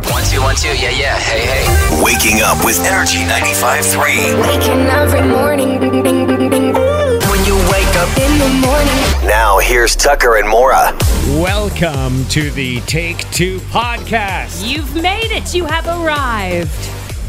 One two one two, yeah yeah, hey hey. Waking up with Energy 95.3. Waking every morning. Bing, bing, bing, bing. When you wake up, In the morning. now here's Tucker and Mora. Welcome to the Take Two podcast. You've made it. You have arrived.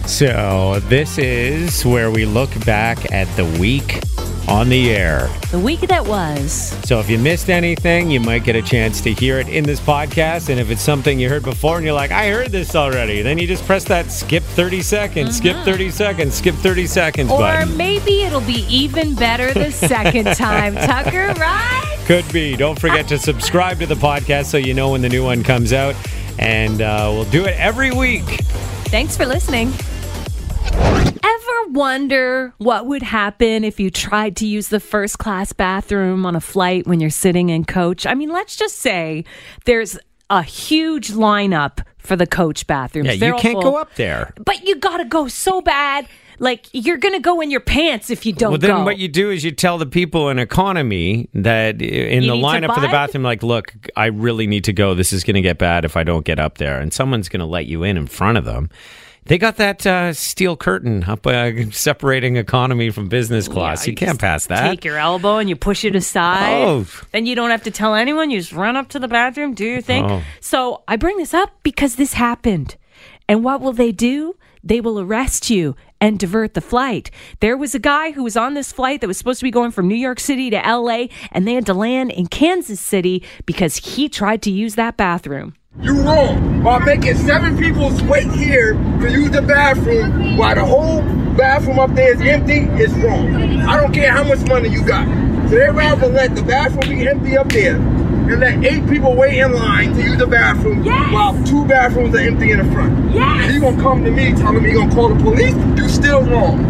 So, this is where we look back at the week on the air. The week that was. So, if you missed anything, you might get a chance to hear it in this podcast. And if it's something you heard before and you're like, I heard this already, then you just press that skip 30 seconds, skip 30 seconds, skip 30 seconds Mm-hmm. Or button. maybe it'll be even better the second time, Tucker, right? Could be. Don't forget to subscribe to the podcast so you know when the new one comes out. And uh, we'll do it every week. Thanks for listening. Ever wonder what would happen if you tried to use the first class bathroom on a flight when you're sitting in coach? I mean, let's just say there's a huge lineup for the coach bathrooms. They're all full. there. But you gotta go so bad. Like you're gonna go in your pants if you don't Well, then go. what you do is you tell the people in economy that i- in You the need to lineup for the bide? bathroom, like, look, I really need to go. This is going to get bad if I don't get up there, and someone's going to let you in in front of them. They got that uh, steel curtain up uh, separating economy from business class. you can't pass that. Take your elbow and you push it aside. Oh. Then you don't have to tell anyone. You just run up to the bathroom, do your thing. Oh. So I bring this up because this happened. And what will they do? They will arrest you and divert the flight. There was a guy who was on this flight that was supposed to be going from New York City to LA, and they had to land in Kansas City because he tried to use that bathroom. You wrong. By making seven people wait here to use the bathroom while the whole bathroom up there is empty, it's wrong. I don't care how much money you got. So they'd rather let the bathroom be empty up there and let eight people wait in line to use the bathroom Yes! while two bathrooms are empty in the front. Yes! And you gonna come to me telling me you gonna call the police? You still wrong.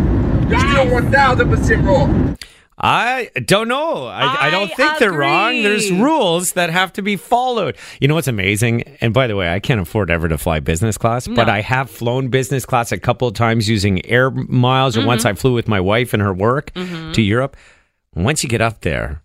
You still Yes! one thousand percent wrong. I don't know. I, I, I don't think they're wrong. agree. There's rules that have to be followed. You know what's amazing? And by the way, I can't afford ever to fly business class, but I have flown business class a couple of times using air miles, or Mm-hmm. once I flew with my wife and her work to Europe. Once you get up there,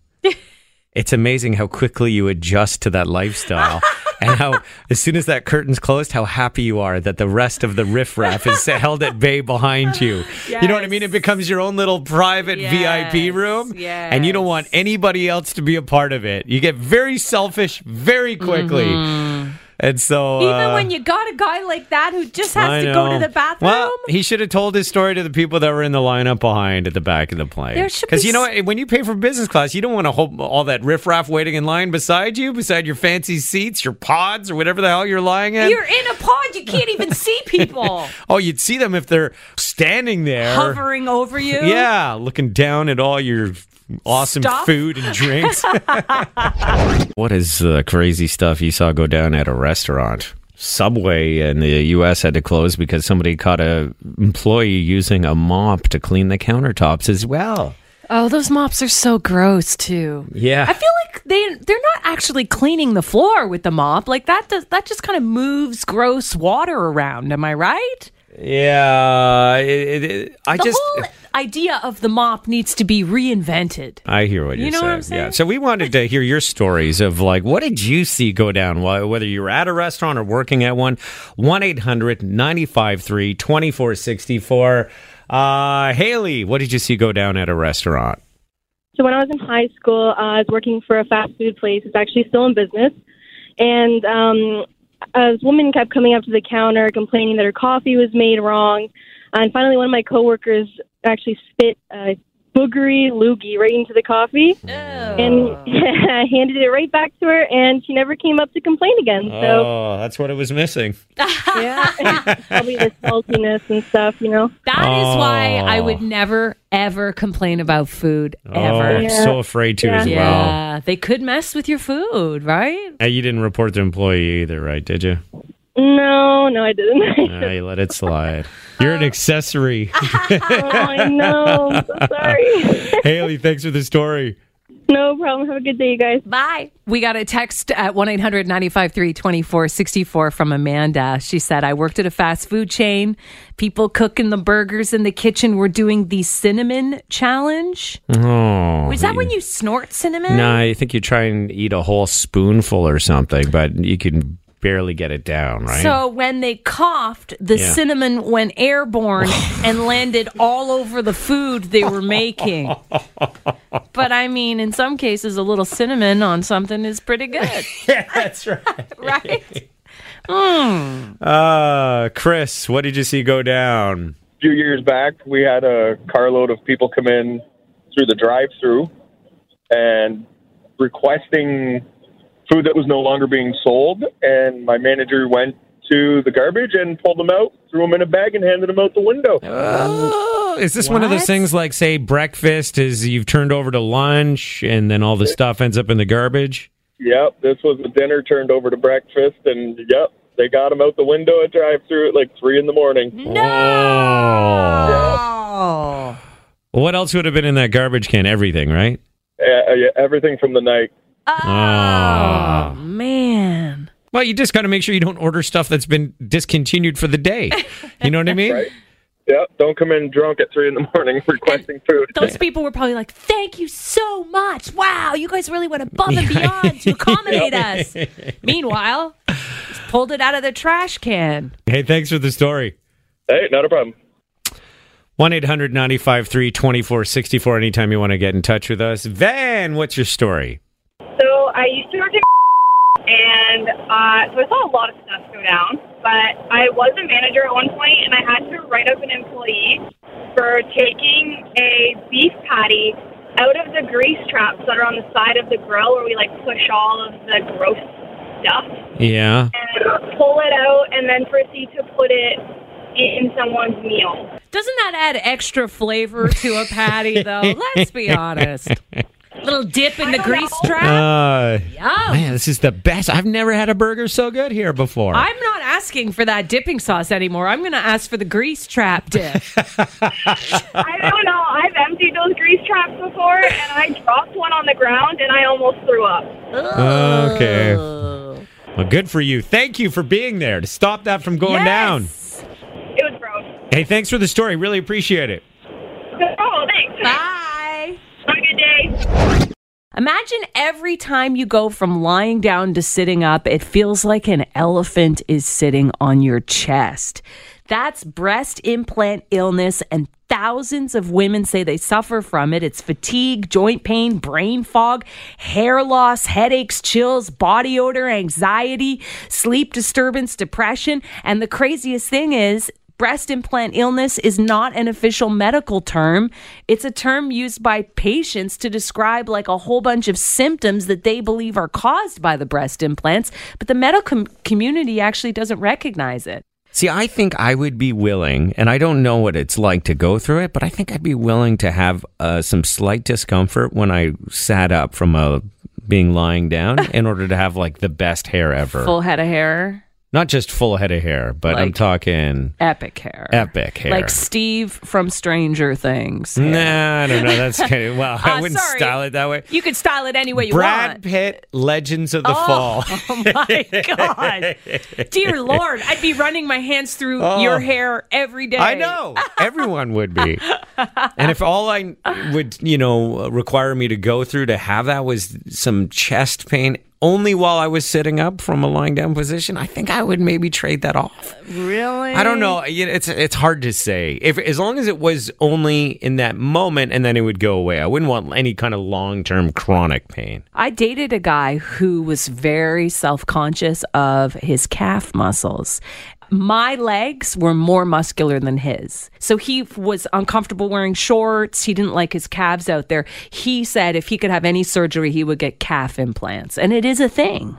it's amazing how quickly you adjust to that lifestyle. And how, as soon as that curtain's closed, how happy you are that the rest of the riffraff is held at bay behind you. You know what I mean? Yes. It becomes your own little private VIP Yes, room, and you don't want anybody else to be a part of it. You get very selfish very quickly, and so Mm-hmm. Even uh, when you got a guy like that who just I has to go know. to the bathroom. Well, he should have told his story to the people that were in the lineup behind at the back of the plane. There should because be you know s- what? when you pay for business class, you don't want to hold all that riffraff waiting in line beside you, beside your fancy seats, your pods, or whatever the hell you're lying in. You're in a pod. You can't even see people oh, you'd see them if they're standing there. hovering over you. Yeah, looking down at all your awesome Stuff. food and drinks. what is the crazy stuff you saw go down at a restaurant? Subway in the U.S. had to close because somebody caught a employee using a mop to clean the countertops as well. Oh, those mops are so gross too. Yeah. I feel like they they're not actually cleaning the floor with the mop. Like that does that just kind of moves gross water around. Am I right? yeah, it, it- it- I The just. whole idea of the mop needs to be reinvented. I hear what You you're know saying. what I'm Yeah. saying? So we wanted to hear your stories of like, what did you see go down, wh- whether you were at a restaurant or working at one? 1 800 953 2464. Uh, Haley, what did you see go down at a restaurant? So when I was in high school, uh, I was working for a fast food place. It's actually still in business, and um, a woman kept coming up to the counter complaining that her coffee was made wrong. And finally, one of my coworkers actually spit a boogery loogie right into the coffee, and I handed it right back to her. And she never came up to complain again. So Oh, that's what it was missing. yeah, probably the saltiness and stuff, you know. That is why I Oh. would never ever complain about food Oh, ever. I'm so afraid to as well. Yeah, they could mess with your food, right? And you didn't report the employee either, right? Did you? No, no, no, I didn't. Ah, you let it slide. You're an accessory. oh, I know. I'm so sorry. Haley, thanks for the story. no problem. Have a good day, you guys. Bye. We got a text at 1 800 953 2464 from Amanda. She said, I worked at a fast food chain. People cooking the burgers in the kitchen were doing the cinnamon challenge. Oh. Was that when you snort cinnamon? No, I think you try and eat a whole spoonful or something, but you can barely get it down, right? So when they coughed, the Yeah. cinnamon went airborne and landed all over the food they were making. but I mean, in some cases, a little cinnamon on something is pretty good, that's right. right? Hmm. Uh, Chris, what did you see go down? few years back, we had a carload of people come in through the drive-through and requesting food that was no longer being sold. And my manager went to the garbage and pulled them out, threw them in a bag, and handed them out the window. Oh, is this one of those What? things like, say, breakfast is you've turned over to lunch and then all the stuff ends up in the garbage? Yep, this was the dinner turned over to breakfast, and yep, they got them out the window at drive-through at like three in the morning. No. Oh. What else would have been in that garbage can? Everything, right? Uh, yeah, everything from the night. Oh, man. Ah. Well, you just got to make sure you don't order stuff that's been discontinued for the day. You know what I mean? Yep, don't come in drunk at three in the morning requesting food. Those people were probably like, thank you so much. Wow, you guys really went above and beyond to accommodate us. Meanwhile, just pulled it out of the trash can. Hey, thanks for the story. Hey, not a problem. 1 800 953 2464. Anytime you want to get in touch with us. Van, what's your story? So I used to work at and uh, so I saw a lot of stuff go down. But I was a manager at one point, and I had to write up an employee for taking a beef patty out of the grease traps that are on the side of the grill where we like push all of the gross stuff Yeah. and pull it out, and then proceed to put it in someone's meal. Doesn't that add extra flavor to a patty, though? Let's be honest. Little dip in the grease trap. Uh, Yum. man, this is the best. I've never had a burger so good here before. I'm not asking for that dipping sauce anymore. I'm going to ask for the grease trap dip. I don't know. I've emptied those grease traps before, and I dropped one on the ground, and I almost threw up. okay. Well, good for you. Thank you for being there to stop that from going down. Yes. It was gross. Hey, thanks for the story. Really appreciate it. Oh, thanks. Bye. Have a good day. Imagine every time you go from lying down to sitting up, it feels like an elephant is sitting on your chest. That's breast implant illness, and thousands of women say they suffer from it. It's fatigue, joint pain, brain fog, hair loss, headaches, chills, body odor, anxiety, sleep disturbance, depression. And the craziest thing is, Breast implant illness is not an official medical term. It's a term used by patients to describe like a whole bunch of symptoms that they believe are caused by the breast implants, but the medical com- community actually doesn't recognize it. See, I think I would be willing, and I don't know what it's like to go through it, but I think I'd be willing to have uh, some slight discomfort when I sat up from a being lying down in order to have like the best hair ever. Full head of hair, Not just full head of hair, but I'm Like- talking epic hair. epic hair. Like Steve from Stranger Things. nah, I don't know. That's kind of well. I Uh, wouldn't sorry. style it that way. You could style it any way you Brad want. Pitt, Legends of the Fall. Oh my God. Dear Lord, I'd be running my hands through Oh. your hair every day. I know. Everyone would be. and if all I would, you know, require me to go through to have that was some chest pain only while I was sitting up from a lying down position, I think I would maybe trade that off. Really? I don't know. You know, It's it's hard to say. If as long as it was only in that moment and then it would go away. I wouldn't want any kind of long-term chronic pain. I dated a guy who was very self conscious of his calf muscles. My legs were more muscular than his. So he was uncomfortable wearing shorts. He didn't like his calves out there. He said if he could have any surgery, he would get calf implants. And it is a thing.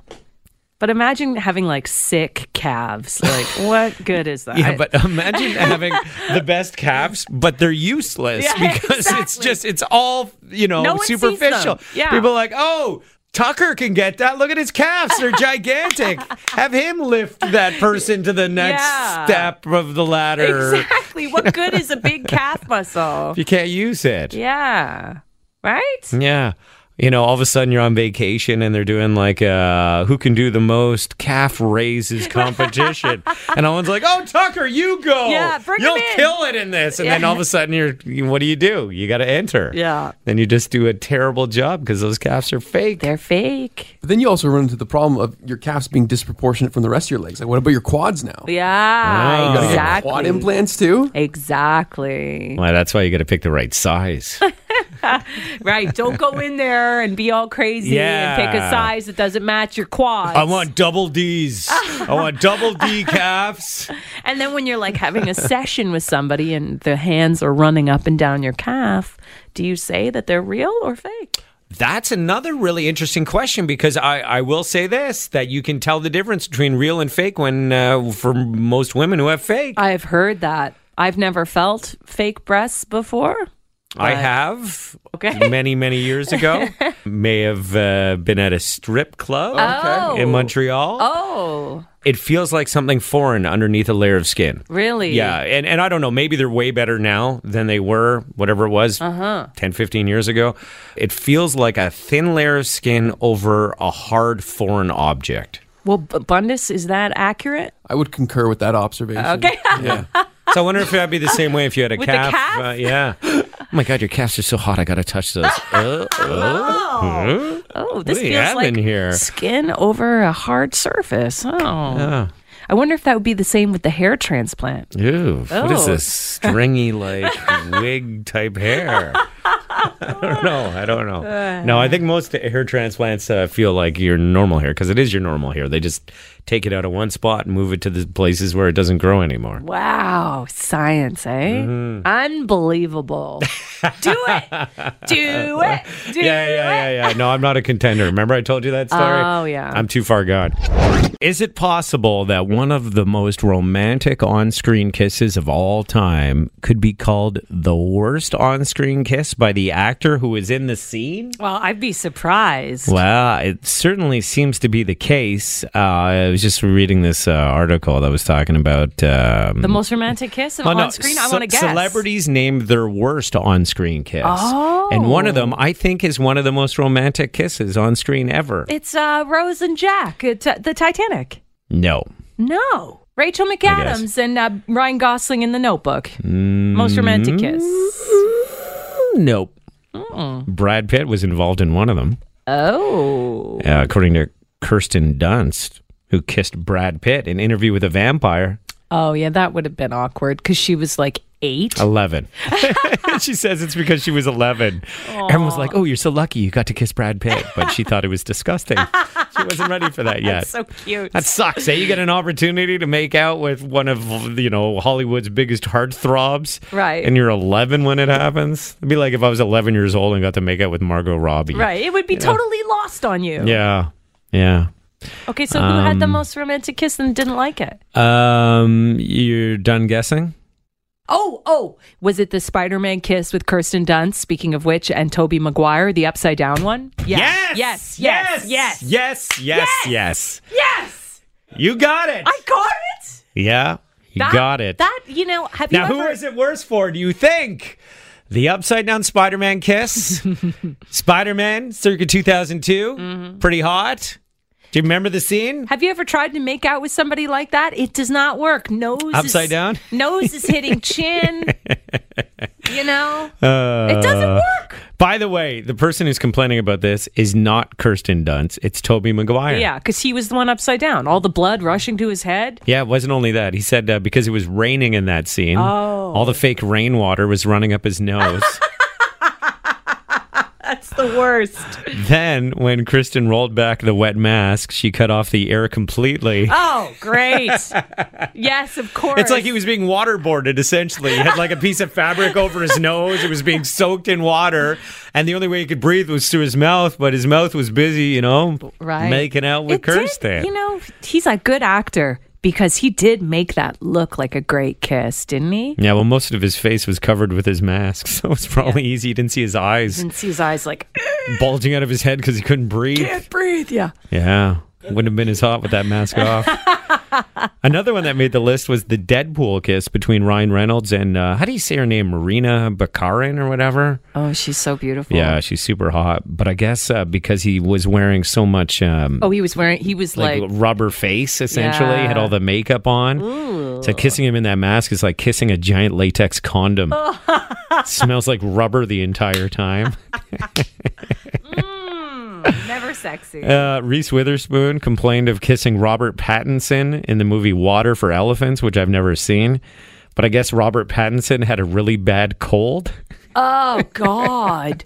But imagine having like sick calves. Like, what good is that? Yeah, but imagine having the best calves, but they're useless Yeah, because it's exactly. just it's all you know No one sees them. superficial. Yeah. People are like, oh, Tucker can get that. Look at his calves; they're gigantic. Have him lift that person to the next Yeah. step of the ladder. Exactly. What good is a big calf muscle? If you can't use it. Yeah. Right? Yeah. You know, all of a sudden you're on vacation and they're doing like uh who can do the most calf raises competition. and Owen's like, "Oh, Tucker, you go. Yeah, bring him You'll in." kill it in this." And then Yeah. all of a uh, sudden you're you- what do you do? You got to enter. Yeah. Then you just do a terrible job cuz those calves are fake. They're fake. But then you also run into the problem of your calves being disproportionate from the rest of your legs. Like, what about your quads now? Yeah. Oh. Ah, You gotta get Exactly. Quad implants too. Exactly. well, that's why you got to pick the right size. Right. Don't go in there and be all crazy Yeah. and pick a size that doesn't match your quads. I want double D's. I want double D calves. And then when you're like having a session with somebody and the hands are running up and down your calf, do you say that they're real or fake? That's another really interesting question because I, I will say this that you can tell the difference between real and fake when uh, for most women who have fake. I, I've heard that. I've never felt fake breasts before. have Okay. many many years ago may have uh, been at a strip club Oh. in Montreal. Oh, It feels like something foreign underneath a layer of skin. really? Yeah, and, and I don't know, maybe they're way better now than they were, whatever it was, Uh-huh. uh 10, 15 years ago. It feels like a thin layer of skin over a hard foreign object. Well, B- Bundus, is that accurate? I would concur with that observation. Okay. Yeah. So I wonder if that'd be the same way if you had a With the calf. calf? Uh, yeah. Oh my God, your calves are so hot. I gotta touch those. Uh, uh, uh. Oh, this What do you feels have like in here? skin over a hard surface. Oh. Yeah. I wonder if that would be the same with the hair transplant. Ew, What Oh. is this stringy like wig type hair? I don't know. I don't know. No, I think most hair transplants uh, feel like your normal hair because it is your normal hair. They just take it out of one spot and move it to the places where it doesn't grow anymore. Wow, science, eh? Mm-hmm. Unbelievable. Do it. Do uh, it. Do Yeah, yeah, it. yeah, yeah. No, I'm not a contender. Remember I told you that story? Oh, yeah. I'm too far gone. Is it possible that one of the most romantic on screen kisses of all time could be called the worst on screen kiss by the actor who is in the scene? Well, I'd be surprised. Well, it certainly seems to be the case. Uh, I was just reading this uh, article that was talking about um, The most romantic kiss of Oh, on no, screen? I ce- want to guess. Celebrities name their worst on screen kiss. Oh. And one of them, I think, is one of the most romantic kisses on screen ever. It's uh, Rose and Jack, uh, t- the Titanic. no. No. Rachel McAdams and uh, Ryan Gosling in The Notebook. Most romantic kiss. Mm, Mm. Nope. Mm-hmm. Brad Pitt was involved in one of them, Oh. uh, according to Kirsten Dunst, who kissed Brad Pitt in Interview with a Vampire. Oh, yeah, that would have been awkward because she was like eight. 11. she says it's because she was 11. Everyone was like, oh, you're so lucky you got to kiss Brad Pitt. But she thought it was disgusting. she wasn't ready for that yet. That's so cute. That sucks. Eh? You get an opportunity to make out with one of you know Hollywood's biggest heartthrobs, Right. And you're 11 when it happens. It'd be like if I was 11 years old and got to make out with Margot Robbie, right. It would be totally lost on you. Yeah, Um, yeah. Okay, so who had the most romantic kiss and didn't like it? Um, you're done guessing. Oh, oh. Was it the Spider Man kiss with Kirsten Dunst, speaking of which, and Toby Maguire, the upside down one? Yes. Yes. Yes. Yes. yes, yes, yes, yes. You got it. I got it. yeah, you That- got it. That, you know, have Now, you who ever. is it worse for, do you think? The upside down Spider Man kiss? Spider Man, circa 2002. Mm-hmm. Pretty hot. Do you remember the scene? Have you ever tried to make out with somebody like that? It does not work. Nose is- Upside down? Nose is hitting chin. you know, it doesn't work. Uh, By the way, the person who's complaining about this is not Kirsten Dunst, it's Toby Maguire. Yeah, because he was the one upside down. All the blood rushing to his head. Yeah, it wasn't only that. He said uh, because it was raining in that scene, Oh. all the fake rainwater was running up his nose. That's the worst. then, when Kristen rolled back the wet mask, she cut off the air completely. Oh, great. yes, of course. It's like he was being waterboarded, essentially. He had like a piece of fabric over his nose. It was being soaked in water. And the only way he could breathe was through his mouth, but his mouth was busy, you know, right. making out with It did- Kirsten. You know, he's a good actor because he did make that look like a great kiss, didn't he? yeah, Mm. well, most of his face was covered with his mask, so it's probably easy. You didn't see his eyes. And see his eyes like, bulging out of his head because he couldn't breathe. Can't breathe. Yeah. Yeah. Wouldn't have been as hot with that mask off. Another one that made the list was the Deadpool kiss between Ryan Reynolds and, uh, how do you say her name? Marina Bakarin or whatever? Oh, she's so beautiful. Yeah, she's super hot. But I guess uh, because he was wearing so much um, Oh, he was wearing. He was like, like. rubber face, essentially, had all the makeup on. So kissing him in that mask is like kissing a giant latex condom. smells like rubber the entire time. Mm, "Hmm, Never sexy. Uh, Reese Witherspoon complained of kissing Robert Pattinson in the movie Water for Elephants, which I've never seen. But I guess Robert Pattinson had a really bad cold. Oh God!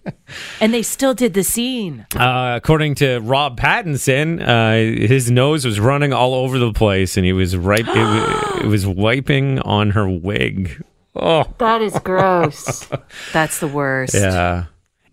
and they still did the scene. Uh, according to Rob Pattinson, uh, his nose was running all over the place, and he was right. It, wa- it was wiping on her wig. Oh, That is gross. That's the worst. yeah.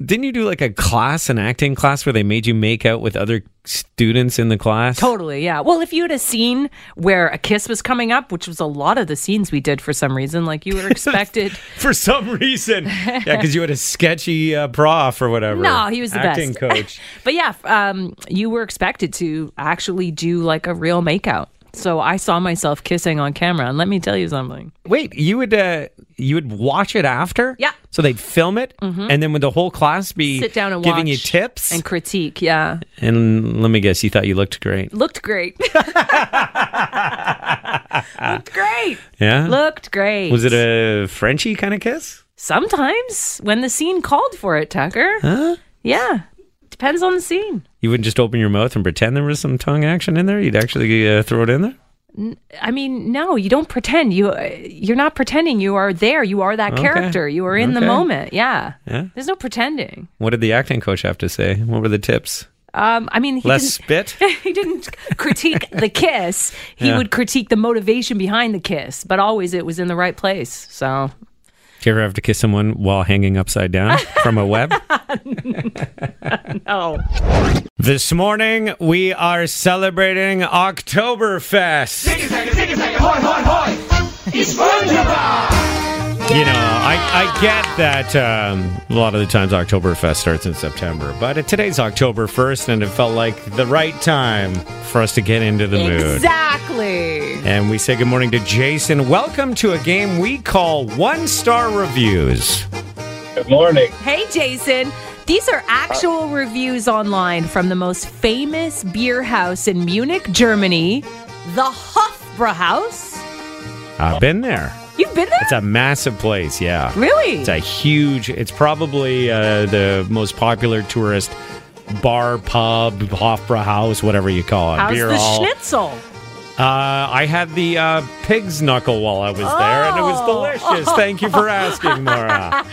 Didn't you do like a class, an acting class, where they made you make out with other students in the class? Totally, yeah. Well, if you had a scene where a kiss was coming up, which was a lot of the scenes we did for some reason, like you were expected. for some reason. Yeah, because you had a sketchy uh, prof or whatever. No, he was the best. acting coach. but yeah, f- um, you were expected to actually do like a real makeout. So I saw myself kissing on camera, and let me tell you something. Wait, you would uh, you would watch it after? Yeah. Mm-hmm. So they'd film it, and then would the whole class be Sit down and giving you watch tips? And critique, yeah, And let me guess, you thought you looked great. looked great. looked great. Yeah. Looked great. Was it a Frenchy kind of kiss? sometimes when the scene called for it, Tucker? Huh? Yeah, depends on the scene. You wouldn't just open your mouth and pretend there was some tongue action in there. You'd actually uh, throw it in there. I mean, no, you don't pretend. You uh, you're not pretending. You are there. You are that Okay. character. You are in the Okay. moment. Yeah. Yeah. There's no pretending. What did the acting coach have to say? What were the tips? Um, I mean, he Less didn't, spit. he didn't critique the kiss. He Yeah. would critique the motivation behind the kiss, but always it was in the right place. So Do you ever have to kiss someone while hanging upside down from a web? oh, This morning we are celebrating Oktoberfest. You know, I, I get that um, a lot of the times Oktoberfest starts in September, but it, today's October 1st, and it felt like the right time for us to get into the mood. exactly. And we say good morning to Jason. Welcome to a game we call One Star Reviews. Good morning. Hey, Jason. These are actual reviews online from the most famous beer house in Munich, Germany, the Hofbrauhaus. I've been there. You've been there? It's a massive place, yeah. really? It's a huge. It's probably uh, the most popular tourist bar, pub, Hofbra house, whatever you call it. How's beer the hall. schnitzel? Uh, I had the uh, pig's knuckle while I was there, and it Oh. was delicious. Thank you for asking, Mara.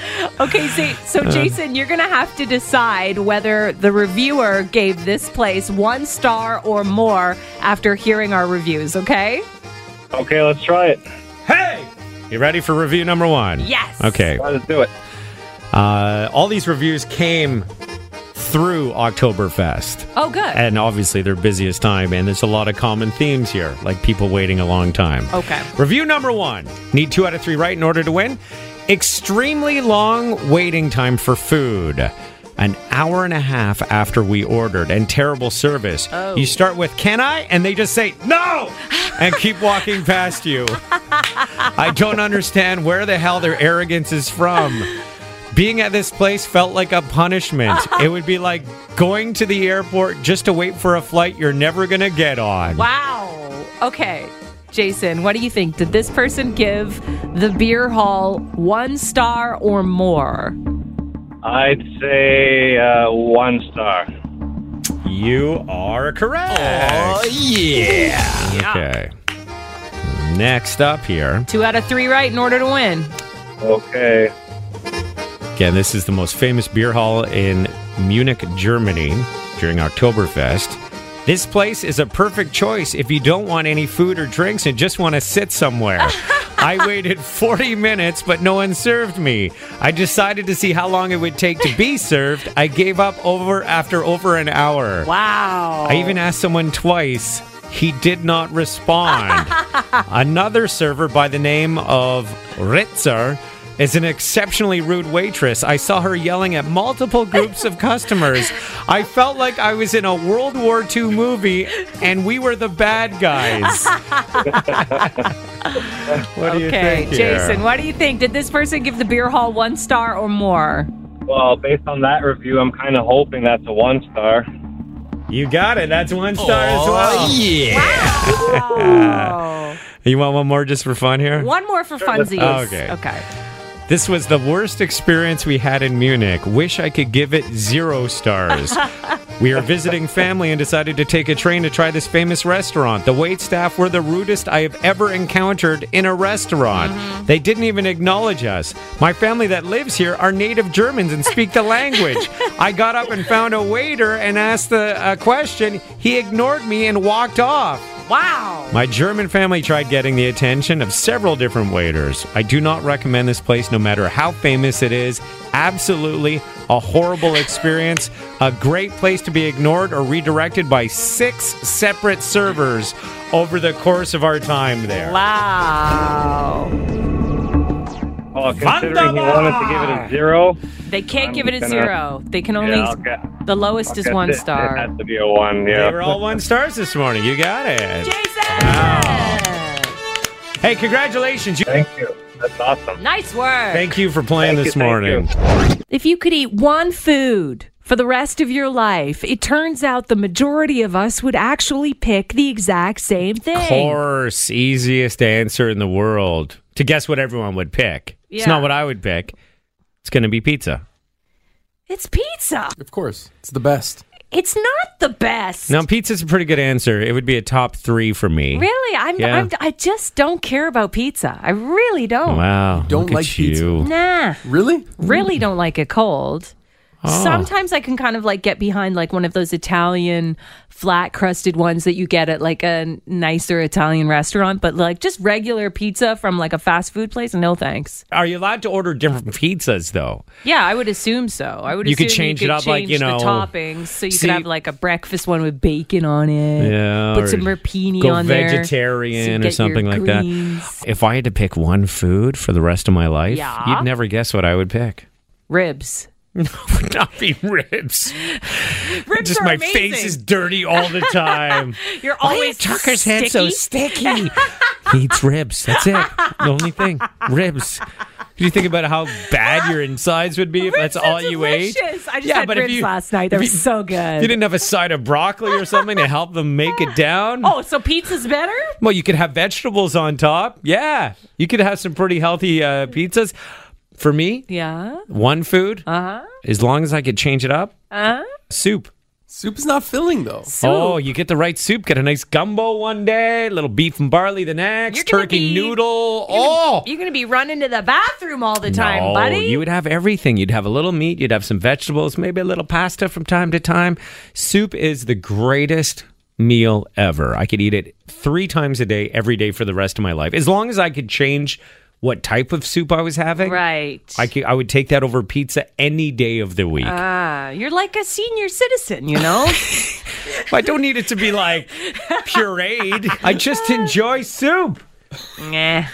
Okay, so, Uh-huh. so Jason, you're going to have to decide whether the reviewer gave this place one star or more after hearing our reviews, okay? Okay, let's try it. hey, you ready for review number one? Yes. Okay. Let's do it. Uh, all these reviews came through Oktoberfest. Oh, good. And obviously, their busiest time, and there's a lot of common themes here, like people waiting a long time. okay. Review number one need two out of three right in order to win. Extremely long waiting time for food. An hour and a half after we ordered, and terrible service. Oh. You start with, Can I? And they just say, No! And keep walking past you. I don't understand where the hell their arrogance is from. Being at this place felt like a punishment. It would be like going to the airport just to wait for a flight you're never gonna get on. Wow. Okay. Jason, what do you think? Did this person give the beer hall one star or more? I'd say uh, one star. You are correct. yeah. Okay. Next up here. Two out of three right in order to win. Okay. Again, this is the most famous beer hall in Munich, Germany during Oktoberfest. This place is a perfect choice if you don't want any food or drinks and just want to sit somewhere. I waited 40 minutes, but no one served me. I decided to see how long it would take to be served. I gave up over after over an hour. Wow. I even asked someone twice. He did not respond. Another server by the name of Ritzer is an exceptionally rude waitress. I saw her yelling at multiple groups of customers. I felt like I was in a World War II movie and we were the bad guys. what do you Okay, think? here? Jason, what do you think? Did this person give the beer hall one star or more? Well, based on that review, I'm kind of hoping that's a one star. You got it. That's one star as well. yeah. Oh. You want one more just for fun here? one more for funsies. Okay. Okay. This was the worst experience we had in Munich. Wish I could give it zero stars. we are visiting family and decided to take a train to try this famous restaurant. The wait staff were the rudest I have ever encountered in a restaurant. They didn't even acknowledge us. My family that lives here are native Germans and speak the language. I got up and found a waiter and asked the a question. He ignored me and walked off. Wow. My German family tried getting the attention of several different waiters. I do not recommend this place no matter how famous it is. Absolutely a horrible experience. A great place to be ignored or redirected by six separate servers over the course of our time there. Ah. Wow. Well, Oh, considering he wanted to give it a zero, They can't I'm give it a gonna- zero. They can only. yeah, okay. The lowest is one It star. has to be a one, yeah. They were all one stars this morning. You got it. Jason! Hey, congratulations. You- Thank you. That's awesome. Nice work. Thank you for playing Thank this you, thank you. morning. if you could eat one food for the rest of your life, it turns out the majority of us would actually pick the exact same thing. course, easiest answer in the world to guess what everyone would pick. It's Yeah. not what I would pick. It's going to be pizza. It's pizza. Of course, it's the best. It's not the best. Now, pizza's a pretty good answer. It would be a top three for me. Really, I'm, Yeah. I'm. I just don't care about pizza. I really don't. Wow. don't look at like pizza? you. Nah, Really? really don't like it cold. Oh. Sometimes I can kind of like get behind like one of those Italian flat crusted ones that you get at like a nicer Italian restaurant, but like just regular pizza from like a fast food place, no thanks. Are you allowed to order different pizzas, though? Yeah, I would assume so. I would. You assume could change you it could up, like, change you know, the toppings, so you see- could have like a breakfast one with bacon on it. Yeah, or put some rapini go on there. so you vegetarian or get something your like greens. that. If I had to pick one food for the rest of my life, Yeah. you'd never guess what I would pick. Ribs. would not be ribs. Ribs Just are my amazing. face is dirty all the time. You're Why always is Tucker's head so sticky? he eats ribs. That's it. The only thing. Ribs. Did you think about how bad your insides would be if that's all you ate? I just Yeah, had but if ribs you- last night. They if were you- so good. You didn't have a side of broccoli or something to help them make it down? oh, so pizza's better? Well, you could have vegetables on top. Yeah. You could have some pretty healthy uh, pizzas. For me, Yeah. one food, uh-huh. as long as I could change it up, Uh, soup. Soup is not filling though. soup. Oh, you get the right soup. Get a nice gumbo one day, a little beef and barley the next, You're gonna turkey be- noodle. You're gonna- oh, You're going to be running to the bathroom all the time, no, buddy. You would have everything. You'd have a little meat, you'd have some vegetables, maybe a little pasta from time to time. Soup is the greatest meal ever. I could eat it three times a day, every day for the rest of my life. As long as I could change what type of soup I was having. right. I, could, I would take that over pizza any day of the week. Ah, you're like a senior citizen, you know? I don't need it to be like pureed. I just enjoy soup. Nah.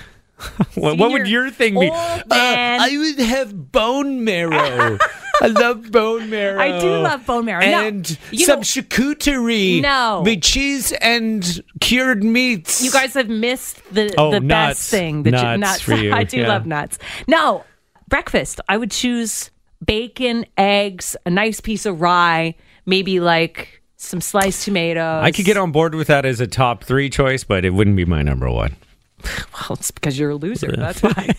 What, what would Senior your thing be? old Uh, man. I would have bone marrow. I love bone marrow. I do love bone marrow. No, And you some know- charcuterie. No. With cheese and cured meats. You guys have missed the, Oh, the nuts. best thing. The Nuts for you, I do yeah. love nuts. No, breakfast. I would choose bacon, eggs, a nice piece of rye, maybe like some sliced tomatoes. I could get on board with that as a top three choice, but it wouldn't be my number one. Well, it's because you're a loser. That's why.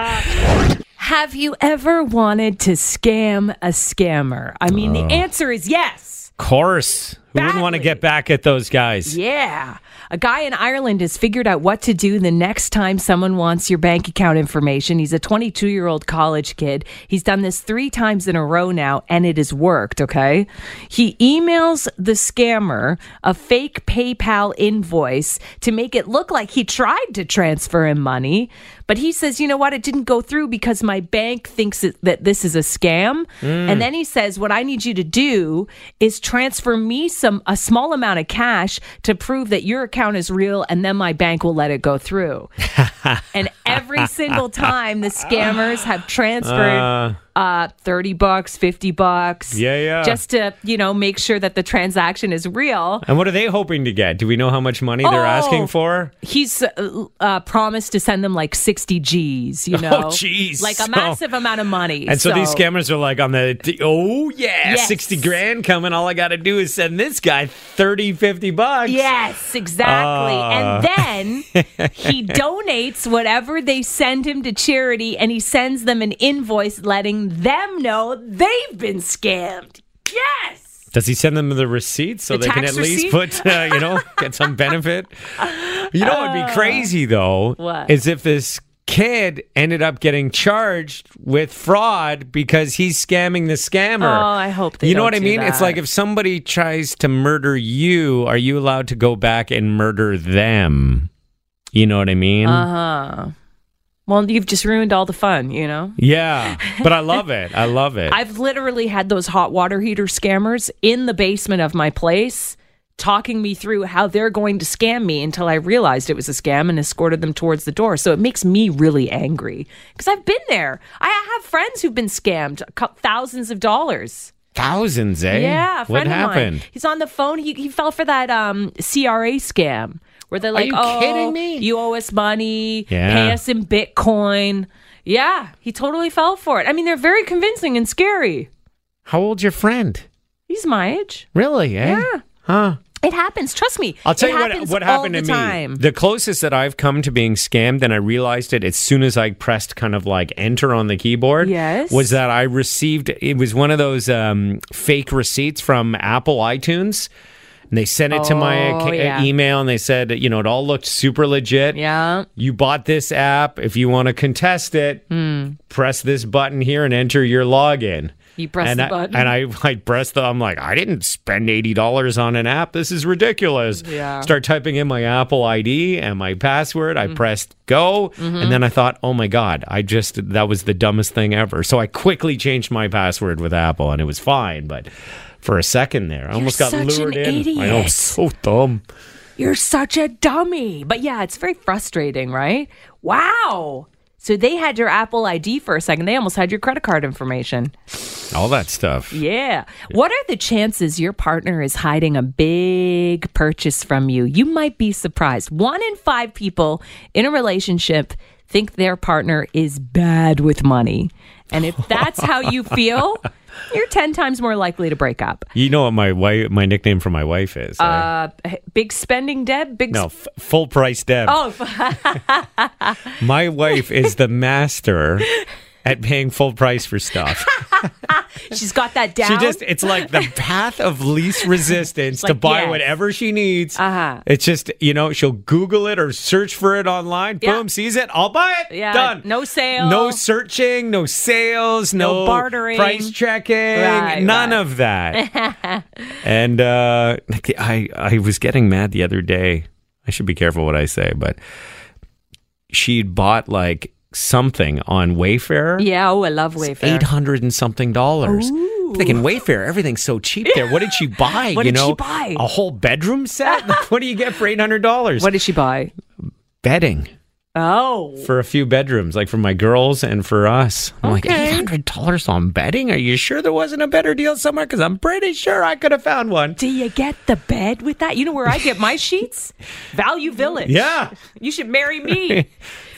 Have you ever wanted to scam a scammer? I mean, the Uh. answer is yes. Of course. Who wouldn't want to Badly. get back at those guys? Yeah. A guy in Ireland has figured out what to do the next time someone wants your bank account information. He's a 22 year old college kid. He's done this three times in a row now, and it has worked, okay? He emails the scammer a fake PayPal invoice to make it look like he tried to transfer him money. But he says, you know what? It didn't go through because my bank thinks it, that this is a scam. Mm. And then he says, what I need you to do is transfer me some a small amount of cash to prove that your account is real, and then my bank will let it go through. and every single time the scammers have transferred uh, 30 bucks, 50 bucks. Yeah, yeah. Just to, you know, make sure that the transaction is real. And what are they hoping to get? Do we know how much money they're Oh. asking for? He's uh, uh, promised to send them like 60 G's, you Oh, know? jeez. Like So- a massive amount of money. And so, these scammers are like on the, the- oh yeah, Yes. 60 grand coming. All I got to do is send this guy 30, 50 bucks. Yes, exactly. Ah. and then he donates whatever they send him to charity and he sends them an invoice letting them know they've been scammed. Yes. Does he send them the receipts so The they can tax at least receipt? put, uh, you know, get some benefit? You know what would be crazy though? Uh, What? Is if this kid ended up getting charged with fraud because he's scamming the scammer. Oh, I hope they You know don't what I do mean? It's that. like if somebody tries to murder you, are you allowed to go back and murder them? You know what I mean? Uh huh. Well, you've just ruined all the fun, you know? Yeah, but I love it. I love it. I've literally had those hot water heater scammers in the basement of my place talking me through how they're going to scam me until I realized it was a scam and escorted them towards the door. So it makes me really angry because I've been there. I have friends who've been scammed cou- thousands of dollars. Thousands, eh? Yeah, a what friend of mine. happened? He's on the phone. He, he fell for that um, CRA scam where they're like, you "Oh, kidding me? you owe us money. Yeah. Pay us in Bitcoin." Yeah, he totally fell for it. I mean, they're very convincing and scary. How old's your friend? He's my age. Really, eh? Yeah. Huh. It happens. Trust me. I'll tell It you what, happens what all happened the to me. Time. The closest that I've come to being scammed, and I realized it as soon as I pressed kind of like enter on the keyboard, Yes. was that I received it was one of those um, fake receipts from Apple iTunes. And they sent it to my Oh, acc- yeah. email and they said, you know, it all looked super legit. Yeah. You bought this app. If you want to contest it, press this button here and enter your login. Hmm. You press and the I, button. And I, I press the, I'm like, I didn't spend $80 on an app. This is ridiculous. Yeah. Mm-hmm. Start typing in my Apple ID and my password. I pressed go. And then I thought, oh my God, I just, that was the dumbest thing ever. So I quickly changed my password with Apple and it was fine. But for a second there, I almost got such an lured in. I know, idiot. so dumb. You're such a dummy. But yeah, it's very frustrating, right? Wow. So they had your Apple ID for a second. They almost had your credit card information. All that stuff. Yeah. What are the chances your partner is hiding a big purchase from you? You might be surprised. One in five people in a relationship think their partner is bad with money. And if that's how you feel, you're 10 times more likely to break up. You know what my wife, my nickname for my wife is? eh? Uh, big spending, Deb? Big no, f- full price Deb. Oh, My wife is the master at paying full price for stuff. she's got that down. She just it's like the path of least resistance to Like, buy yes. whatever she needs. Uh-huh. It's just, you know, she'll Google it or search for it online. Yeah. Boom, sees it. I'll buy it. Yeah, Done. no sale. No searching, no sales, no, No bartering. price checking, Right, none right. of that. and uh, I, I was getting mad the other day. I should be careful what I say, but she'd bought like something on Wayfair yeah, oh, I love Wayfair. eight hundred and something dollars. I'm Thinking Wayfair, everything's so cheap there. What did she buy? What you did she know, buy? a whole bedroom set. what do you get for eight hundred dollars? What did she buy? bedding Oh. for a few bedrooms, like for my girls and for us? I'm like Okay. eight hundred dollars on bedding. Are you sure there wasn't a better deal somewhere? Because I'm pretty sure I could have found one. Do you get the bed with that? You know where I get my sheets? Value Village. Yeah, Oh, You should marry me.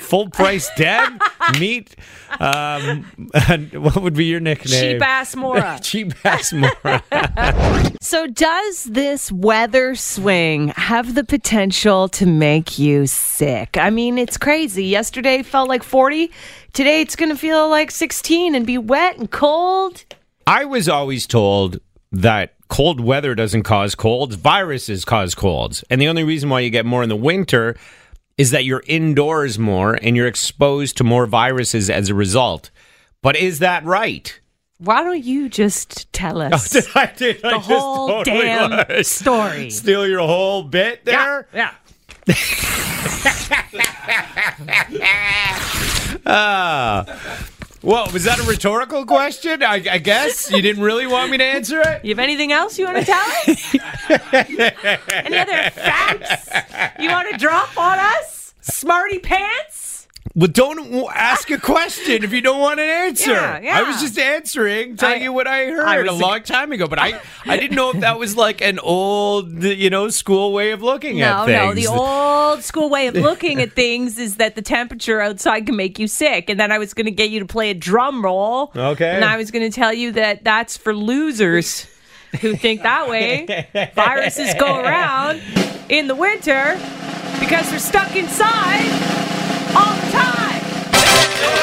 full price Deb meet. Um, what would be your nickname? Cheap ass Mora. Cheap ass Mora. so, does this weather swing have the potential to make you sick? I mean, it's crazy. Yesterday felt like 40. Today it's going to feel like 16 and be wet and cold. I was always told that cold weather doesn't cause colds, viruses cause colds. And the only reason why you get more in the winter is that you're indoors more and you're exposed to more viruses as a result. But is that right? Why don't you just tell us? I did. the whole damn story. Steal your whole bit there? Yeah. Well, Ah. was that a rhetorical question? I, I guess you didn't really want me to answer it. You have anything else you want to tell us? Any other facts you want to drop on us? Smarty pants? Well, don't w- ask a question if you don't want an answer. Yeah, yeah. I was just answering, telling you what I heard I a was- long time ago, but I, I didn't know if that was like an old, you know, school way of looking No, no. at things. The old school way of looking at things is that the temperature outside can make you sick. And then I was going to get you to play a drum roll. Okay. And I was going to tell you that that's for losers who think that way. Viruses go around in the winter because they're stuck inside all the time.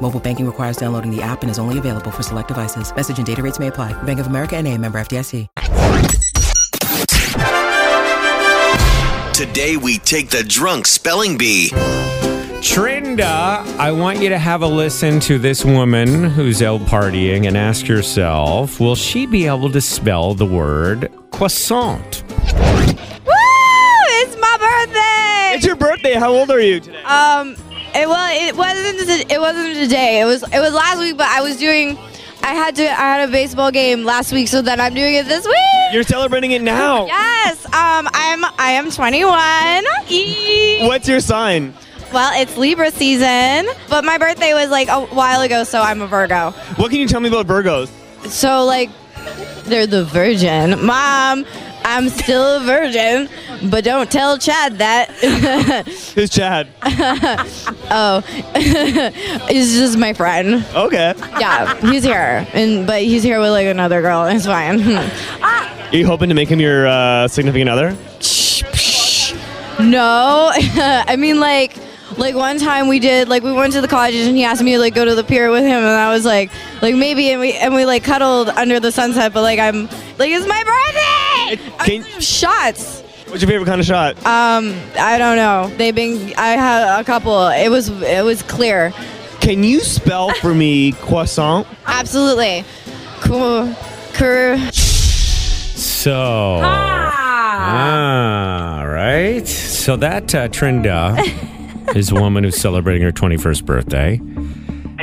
Mobile banking requires downloading the app and is only available for select devices. Message and data rates may apply. Bank of America and a member FDIC. Today we take the drunk spelling bee. Trinda, I want you to have a listen to this woman who's out partying and ask yourself, will she be able to spell the word croissant? Woo! It's my birthday. It's your birthday. How old are you today? Um, it, well, it wasn't the- it wasn't today. It was it was last week, but I was doing. I had to. I had a baseball game last week, so then I'm doing it this week. You're celebrating it now. Yes. Um, I'm I am 21. Eee. What's your sign? Well, it's Libra season, but my birthday was like a while ago, so I'm a Virgo. What can you tell me about Virgos? So like, they're the virgin. Mom, I'm still a virgin, but don't tell Chad that. Who's Chad? oh, he's just my friend. Okay. Yeah, he's here, and but he's here with like another girl. and It's fine. Are you hoping to make him your uh, significant other? no, I mean like. Like one time we did, like we went to the college and he asked me to like go to the pier with him, and I was like, like maybe, and we and we like cuddled under the sunset, but like I'm like it's my birthday. I was shots. What's your favorite kind of shot? Um, I don't know. They've been. I had a couple. It was. It was clear. Can you spell for me croissant? Absolutely. Cool. Cur. So. Ah. All right. So that uh, Trinda is a woman who's celebrating her 21st birthday.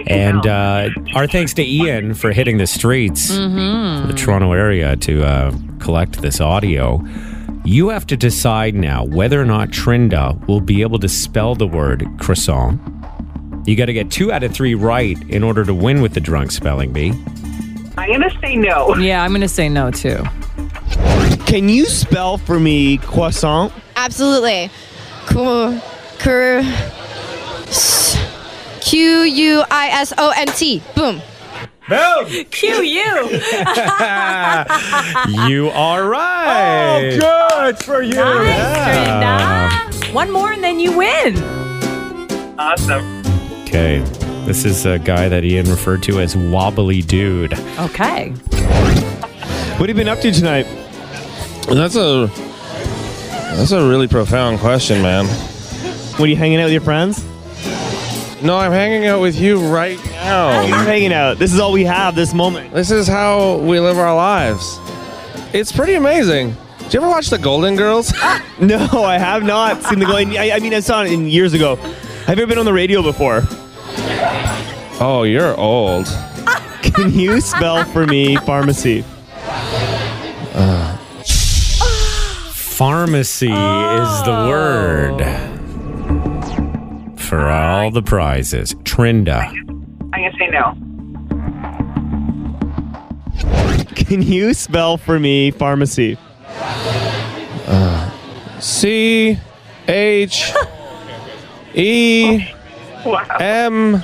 And uh, our thanks to Ian for hitting the streets, Mhm. the Toronto area, to uh, collect this audio. You have to decide now whether or not Trinda will be able to spell the word croissant. You got to get two out of three right in order to win with the drunk spelling bee. I'm going to say no. Yeah, I'm going to say no too. Can you spell for me croissant? Absolutely. Cool. Cur. Q U I S O N T. Boom. Boom. Q U. you are right. Oh, good for you. Uh, One more and then you win. Awesome. Okay. This is a guy that Ian referred to as Wobbly Dude. Okay. What have you been up to tonight? That's a that's a really profound question, man. When you hanging out with your friends? No, I'm hanging out with you right now. You're hanging out. This is all we have this moment. This is how we live our lives. It's pretty amazing. Did you ever watch The Golden Girls? no, I have not seen the going. I, I mean, I saw it in years ago. Have you ever been on the radio before? Oh, you're old. Can you spell for me pharmacy? Uh, Pharmacy is the word for all the prizes. Trinda. I'm going to say no. Can you spell for me pharmacy? C H E M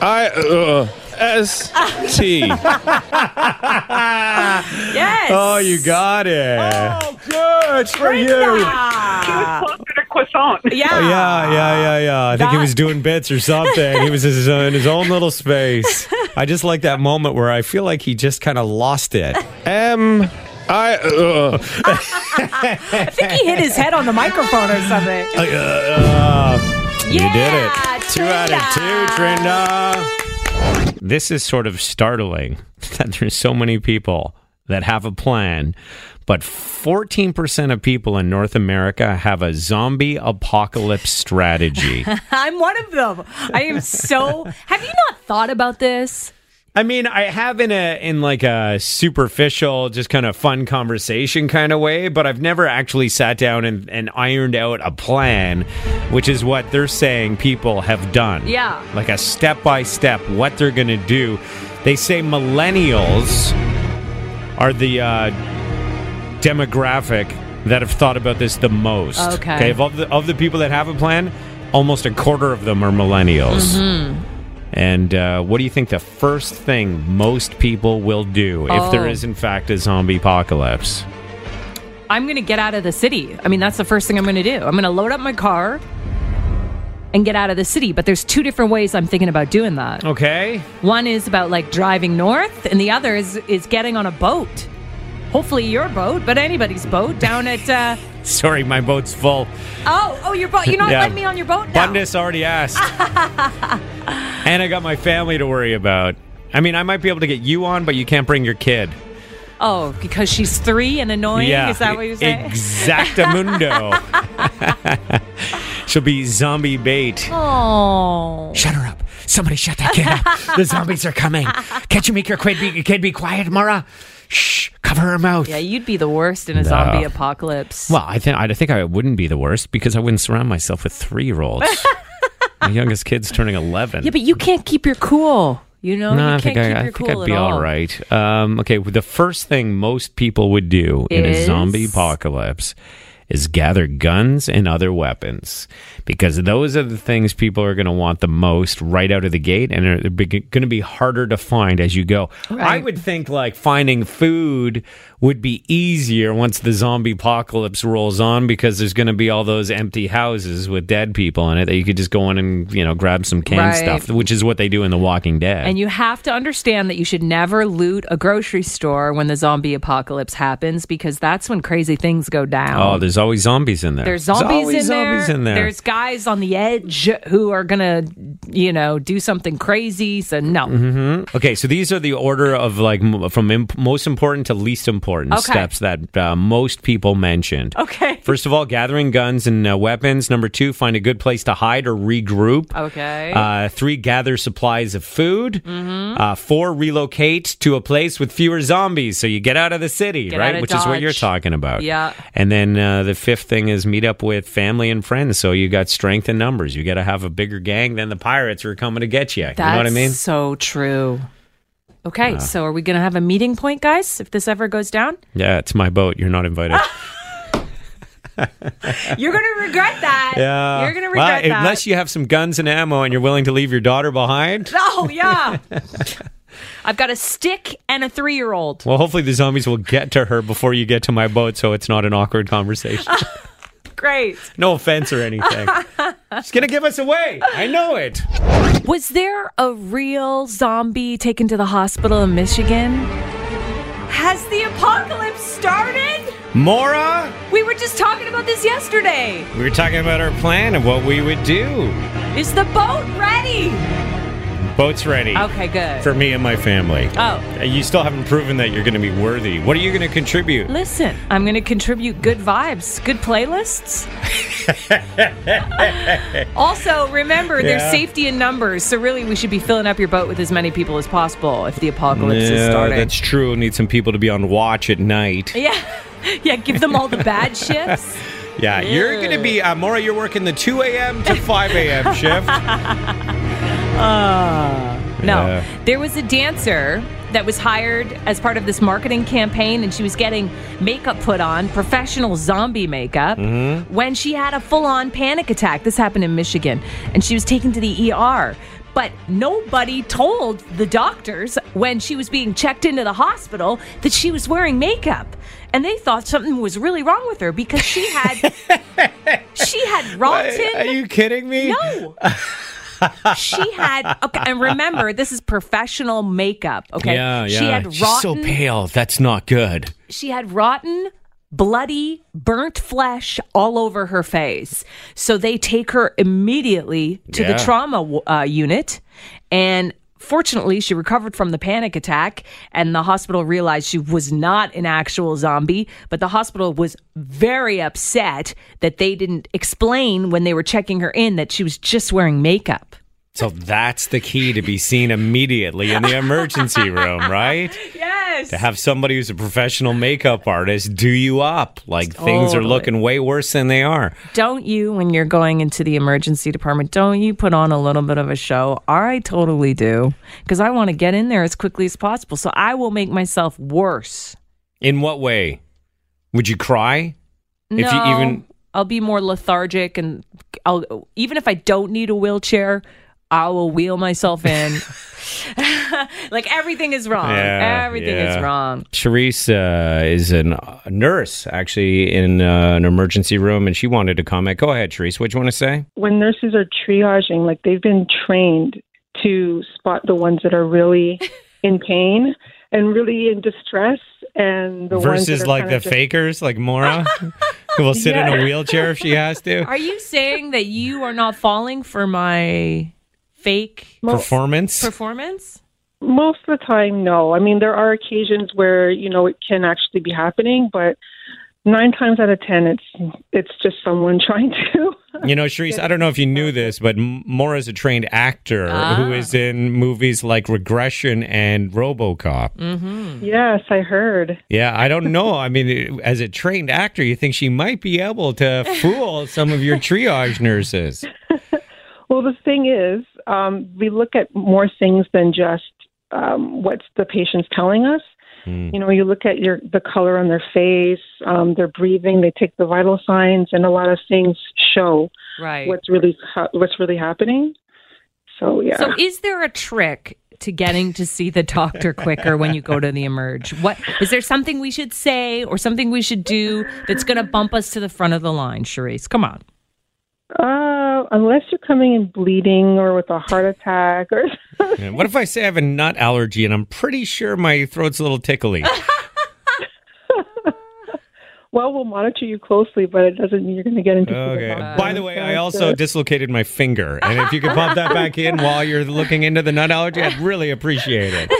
I uh, S T. Yes. Oh, you got it. Oh, good for you. Croissant. Yeah. yeah, yeah, yeah, yeah. I think he was doing bits or something. he was his, in his own little space. I just like that moment where I feel like he just kind of lost it. M Uh, I. I think he hit his head on the microphone or something. Uh, you did it. Ah, Two out of two, Trinda. This is sort of startling that there's so many people that have a plan, but 14% of people in North America have a zombie apocalypse strategy. I'm one of them. I am so. Have you not thought about this? I mean, I have in a in like a superficial, just kind of fun conversation kind of way, but I've never actually sat down and, and ironed out a plan, which is what they're saying people have done. Yeah. Like a step by step what they're gonna do. They say millennials are the uh, demographic that have thought about this the most. Okay. of, all the, of the people that have a plan, almost a quarter of them are millennials. Mm-hmm. Mhm. And uh, what do you think the first thing most people will do if there Oh. is, in fact, a zombie apocalypse? I'm going to get out of the city. I mean, that's the first thing I'm going to do. I'm going to load up my car and get out of the city. But there's two different ways I'm thinking about doing that. Okay. One is about like driving north, and the other is is getting on a boat. Hopefully your boat, but anybody's boat down at. Uh, Sorry, my boat's full. oh, oh, your boat. You're not Yeah. letting me on your boat now. Bundus already asked. and I got my family to worry about. I mean, I might be able to get you on, but you can't bring your kid. Oh, because she's three and annoying. Is that what you're saying? Exactamundo. She'll be zombie bait. Oh. Shut her up. Somebody shut that kid up. The zombies are coming. Can't you make your kid be, kid be quiet, Mara? Shh, cover her mouth. Yeah, you'd be the worst in a No. zombie apocalypse. Well, I think I think I wouldn't be the worst because I wouldn't surround myself with three year olds. My youngest kid's turning eleven. Yeah, but you can't keep your cool. You know, you no, I can't think keep I, I your think cool I'd be at all. all right. Um, okay, well, the first thing most people would do in a Is? zombie apocalypse is gather guns and other weapons because those are the things people are going to want the most right out of the gate, and are- they're going to be harder to find as you go. I would think like finding food would be easier once the zombie apocalypse rolls on because there's going to be all those empty houses with dead people in it that you could just go in and you know grab some canned Right. stuff, which is what they do in The Walking Dead. And you have to understand that you should never loot a grocery store when the zombie apocalypse happens because that's when crazy things go down. Oh, there's always zombies in there. There's zombies, always in, zombies there. in there. There's guys on the edge who are gonna, you know, do something crazy. So no, hmm Okay, so these are the order of like m- from imp- most important to least important Okay. steps that uh, most people mentioned. Okay. First of all, gathering guns and uh, weapons. Number two, find a good place to hide or regroup. Okay. Mm-hmm. Uh, three, gather supplies of food. Uh, four, relocate to a place with fewer zombies. So you get out of the city, Get out right? of Which is what you're Dodge. talking about. Yeah. And then uh, the fifth thing is meet up with family and friends. So you got strength in numbers. You got to have a bigger gang than the pirates who are coming to get you. that's you know what I mean? so true. Okay, Uh. so are we gonna have a meeting point, guys? If this ever goes down, Yeah, it's my boat. You're not invited. you're gonna regret that. yeah. you're gonna regret well, that. Unless you have some guns and ammo and you're willing to leave your daughter behind. Oh yeah. I've got a stick and a three-year-old. Well, hopefully the zombies will get to her before you get to my boat so it's not an awkward conversation. Great. no offense or anything. She's going to give us away. I know it. Was there a real zombie taken to the hospital in Michigan? Has the apocalypse started? Mora, We were just talking about this yesterday. we were talking about our plan and what we would do. Is the boat ready? Boat's ready. Okay, good. For me and my family. Uh, Oh. You still haven't proven that you're going to be worthy. What are you going to contribute? Listen, I'm going to contribute good vibes, good playlists. Also, remember, Yeah. there's safety in numbers, so really we should be filling up your boat with as many people as possible if the apocalypse is Yeah, starting. That's true. Need some people to be on watch at night. Yeah. Yeah, give them all the bad shifts. Yeah, you're Ew. going to be, uh, Maura, you're working the 2 a.m. to 5 a.m. shift. Uh, no. Yeah. There was a dancer that was hired as part of this marketing campaign, and she was getting makeup put on, professional zombie makeup, Mhm. Mm-hmm. when she had a full on panic attack. This happened in Michigan, and she was taken to the ER. But nobody told the doctors when she was being checked into the hospital that she was wearing makeup. And they thought something was really wrong with her because she had she had rotten Are you kidding me? No. she had okay, and remember this is professional makeup. Okay, Yeah, yeah. She had rotten. She's so pale. That's not good. She had rotten bloody, burnt flesh all over her face. So they take her immediately to Yeah. the trauma w- uh, unit. And fortunately, she recovered from the panic attack, and the hospital realized she was not an actual zombie. But the hospital was very upset that they didn't explain when they were checking her in that she was just wearing makeup. So that's the key to be seen immediately in the emergency room, right? Yes. To have somebody who's a professional makeup artist do you up. Like things are Totally. looking way worse than they are. Don't you, when you're going into the emergency department, don't you put on a little bit of a show? I totally do because I want to get in there as quickly as possible. So I will make myself worse. In what way? Would you cry? No, If you even I'll be more lethargic, and I'll even if I don't need a wheelchair, I will wheel myself in. like everything is wrong. Yeah, everything yeah. is wrong. Charisse uh, is an, a nurse actually in uh, an emergency room and she wanted to comment. Go ahead, Charisse. What you want to say? when nurses are triaging, like they've been trained to spot the ones that are really in pain and really in distress, and the ones Versus that are like kinda the just- fakers, like Mora, who will sit in a Yeah. wheelchair if she has to. Are you saying that you are not falling for my fake Performance? Performance? Most of the time, no. I mean, there are occasions where you know it can actually be happening, but nine times out of ten, it's it's just someone trying to. You know, Sharice, I don't know if you knew this, but M- Mora's a trained actor Ah. who is in movies like Regression and RoboCop. Mm-hmm. Yes, I heard. Yeah, I don't know. I mean, it- as a trained actor, you think she might be able to fool some of your triage nurses. Well, the thing is, um, we look at more things than just um, what the patient's telling us. Mm. You know, you look at your the color on their face, um, their breathing. They take the vital signs, and a lot of things show Right. what's really ha- what's really happening. So yeah, So is there a trick to getting to see the doctor quicker when you go to the emerge? What is there something we should say or something we should do that's going to bump us to the front of the line, Charisse? Come on. uh, unless you're coming in bleeding or with a heart attack, or Yeah, What if I say I have a nut allergy and I'm pretty sure my throat's a little tickly? well, we'll monitor you closely, but it doesn't mean you're going to get into. Okay. By the way, I also dislocated my finger. And if you could pop that back in while you're looking into the nut allergy, I'd really appreciate it.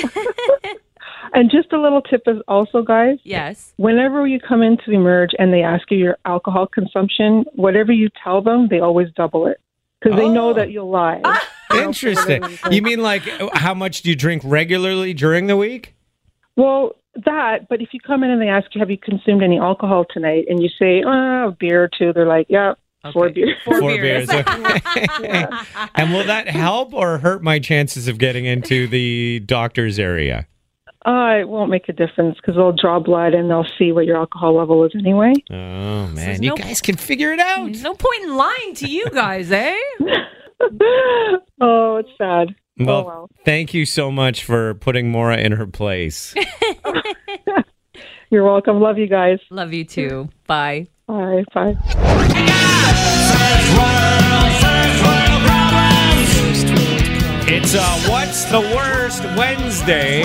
And just a little tip is also, guys. Yes. Whenever you come into emerge and they ask you your alcohol consumption, whatever you tell them, they always double it because they Oh. know that you'll lie. Interesting. You mean like how much do you drink regularly during the week? well, that. But if you come in and they ask you, "Have you consumed any alcohol tonight?" and you say, "Ah, a beer or two, they're like, "Yep, four beers." Four beers. okay. and will that help or hurt my chances of getting into the doctor's area? Uh, it won't make a difference because they'll draw blood and they'll see what your alcohol level is anyway. Oh man, There's you no- guys can figure it out. There's no point in lying to you guys, eh? oh, it's sad. Well, oh, well. thank you so much for putting Mora in her place. You're welcome. Love you guys. Love you too. Bye. Bye. Bye. It's uh, What's the Worst Wednesday.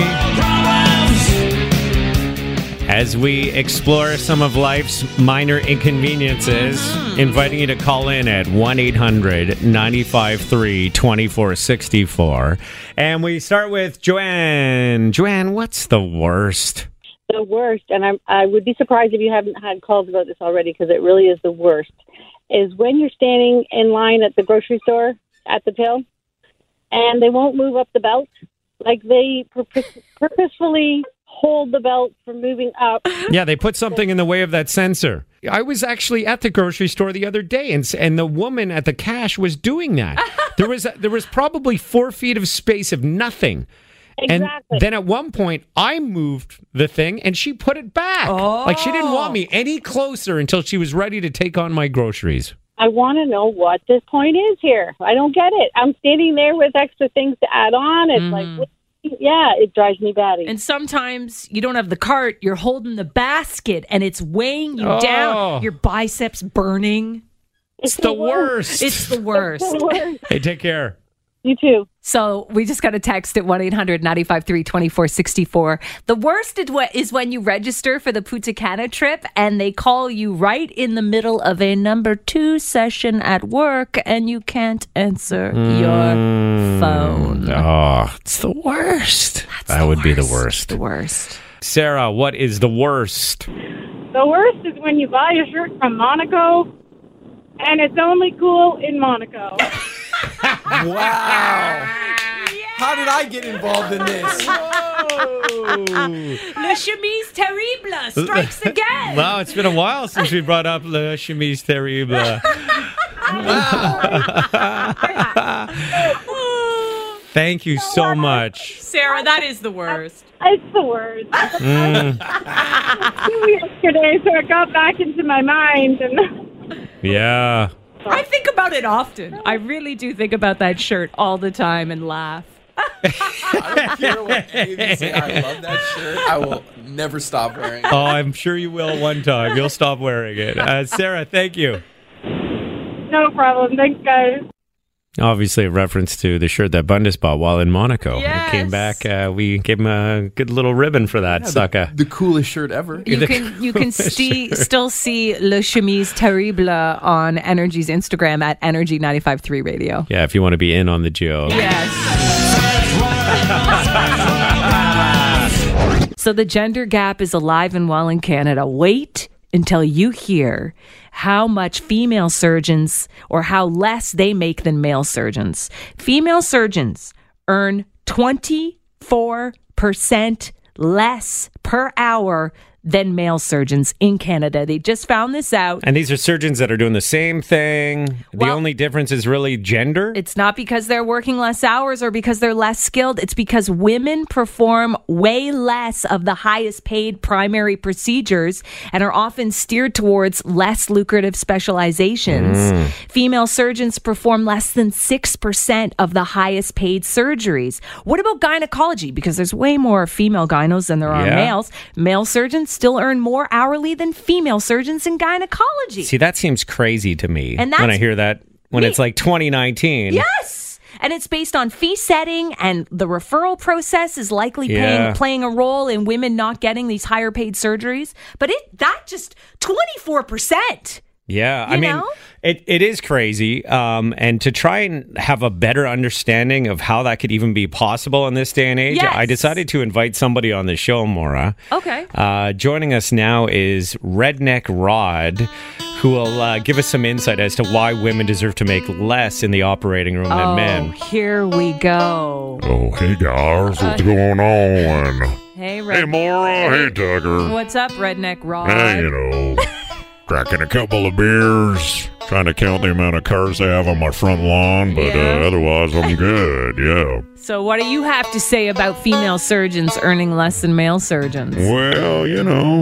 As we explore some of life's minor inconveniences, Mm-hmm. inviting you to call in at 1 800 953 2464. And we start with Joanne. Joanne, what's the worst? the worst, and I'm, I would be surprised if you haven't had calls about this already because it really is the worst, is when you're standing in line at the grocery store at the till and they won't move up the belt. Like they purpose- purposefully hold the belt from moving up. Yeah, they put something in the way of that sensor. I was actually at the grocery store the other day, and s- and the woman at the cash was doing that. there was there was probably four feet of space of nothing. Exactly. And then at one point, I moved the thing, and she put it back. Like she didn't want me any closer until she was ready to take on my groceries. I want to know what this point is here. I don't get it. I'm standing there with extra things to add on. It's like, yeah, it drives me batty. And sometimes you don't have the cart, you're holding the basket and it's weighing you Oh. down, your biceps burning. It's It's the the worst. worst. It's the worst. Hey, take care. You too. So we just got a text at 1 800 953 2464. The worst is what- is when you register for the Punta Cana trip and they call you right in the middle of a number two session at work and you can't answer Hmm. your phone. Oh, Mm. it's the worst. that would be the worst. The worst. Sarah, what is the worst? The worst is when you buy a shirt from Monaco and it's only cool in Monaco. wow. How did I get involved in this? Le chemise terrible strikes again. Wow, it's been a while since we brought up Le Chemise Terrible. Thank you so much. Sarah, that is the worst. Hmm. It's the worst. Mm, Yesterday, so it got back into my mind, and yeah. I think about it often. I really do think about that shirt all the time and laugh. I love that shirt. I will never stop wearing it. Oh, I'm sure you will one time. You'll stop wearing it. Uh, Sarah, thank you. no problem. Thanks, guys. Obviously, a reference to the shirt that Bundes bought while in Monaco. It came back. Uh, we gave him a good little ribbon for that Yeah, the- sucker. The coolest shirt ever. You can you can see, still see Le Chemise Terrible on Energy's Instagram at Energy 953 Radio. Yeah, if you want to be in on the joke. So the gender gap is alive and well in Canada. Wait until you hear how much female surgeons or how less they make than male surgeons. Female surgeons earn 24% less per hour than male surgeons in Canada. They just found this out. And these are surgeons that are doing the same thing. the only difference is really gender. It's not because they're working less hours or because they're less skilled. It's because women perform way less of the highest paid primary procedures and are often steered towards less lucrative specializations. Mm. Female surgeons perform less than 6% of the highest paid surgeries. What about gynecology? Because there's way more female gynos than there are Yeah. males. Male surgeons still earn more hourly than female surgeons in gynecology. See, that seems crazy to me And when that's- I hear that when it's like 2019. Yes. And it's based on fee setting, and the referral process is likely Yeah. paying, playing a role in women not getting these higher paid surgeries. But it that just twenty four percent. Yeah, I You mean, know? it, it is crazy. Um, and to try and have a better understanding of how that could even be possible in this day and age, Yes. I decided to invite somebody on the show, Maura. Okay. Uh, joining us now is Redneck Rod, who will uh, give us some insight as to why women deserve to make less in the operating room oh, than men. here we go. Oh, hey guys, Uh, what's going on? Hey, Red- Hey, Maura. Hey, Tucker. What's up, Redneck Rod? Hey, you know, cracking a couple of beers, trying to count the amount of cars I have on my front lawn, but Yeah. uh, otherwise I'm good. Yeah. So, what do you have to say about female surgeons earning less than male surgeons? Well, you know,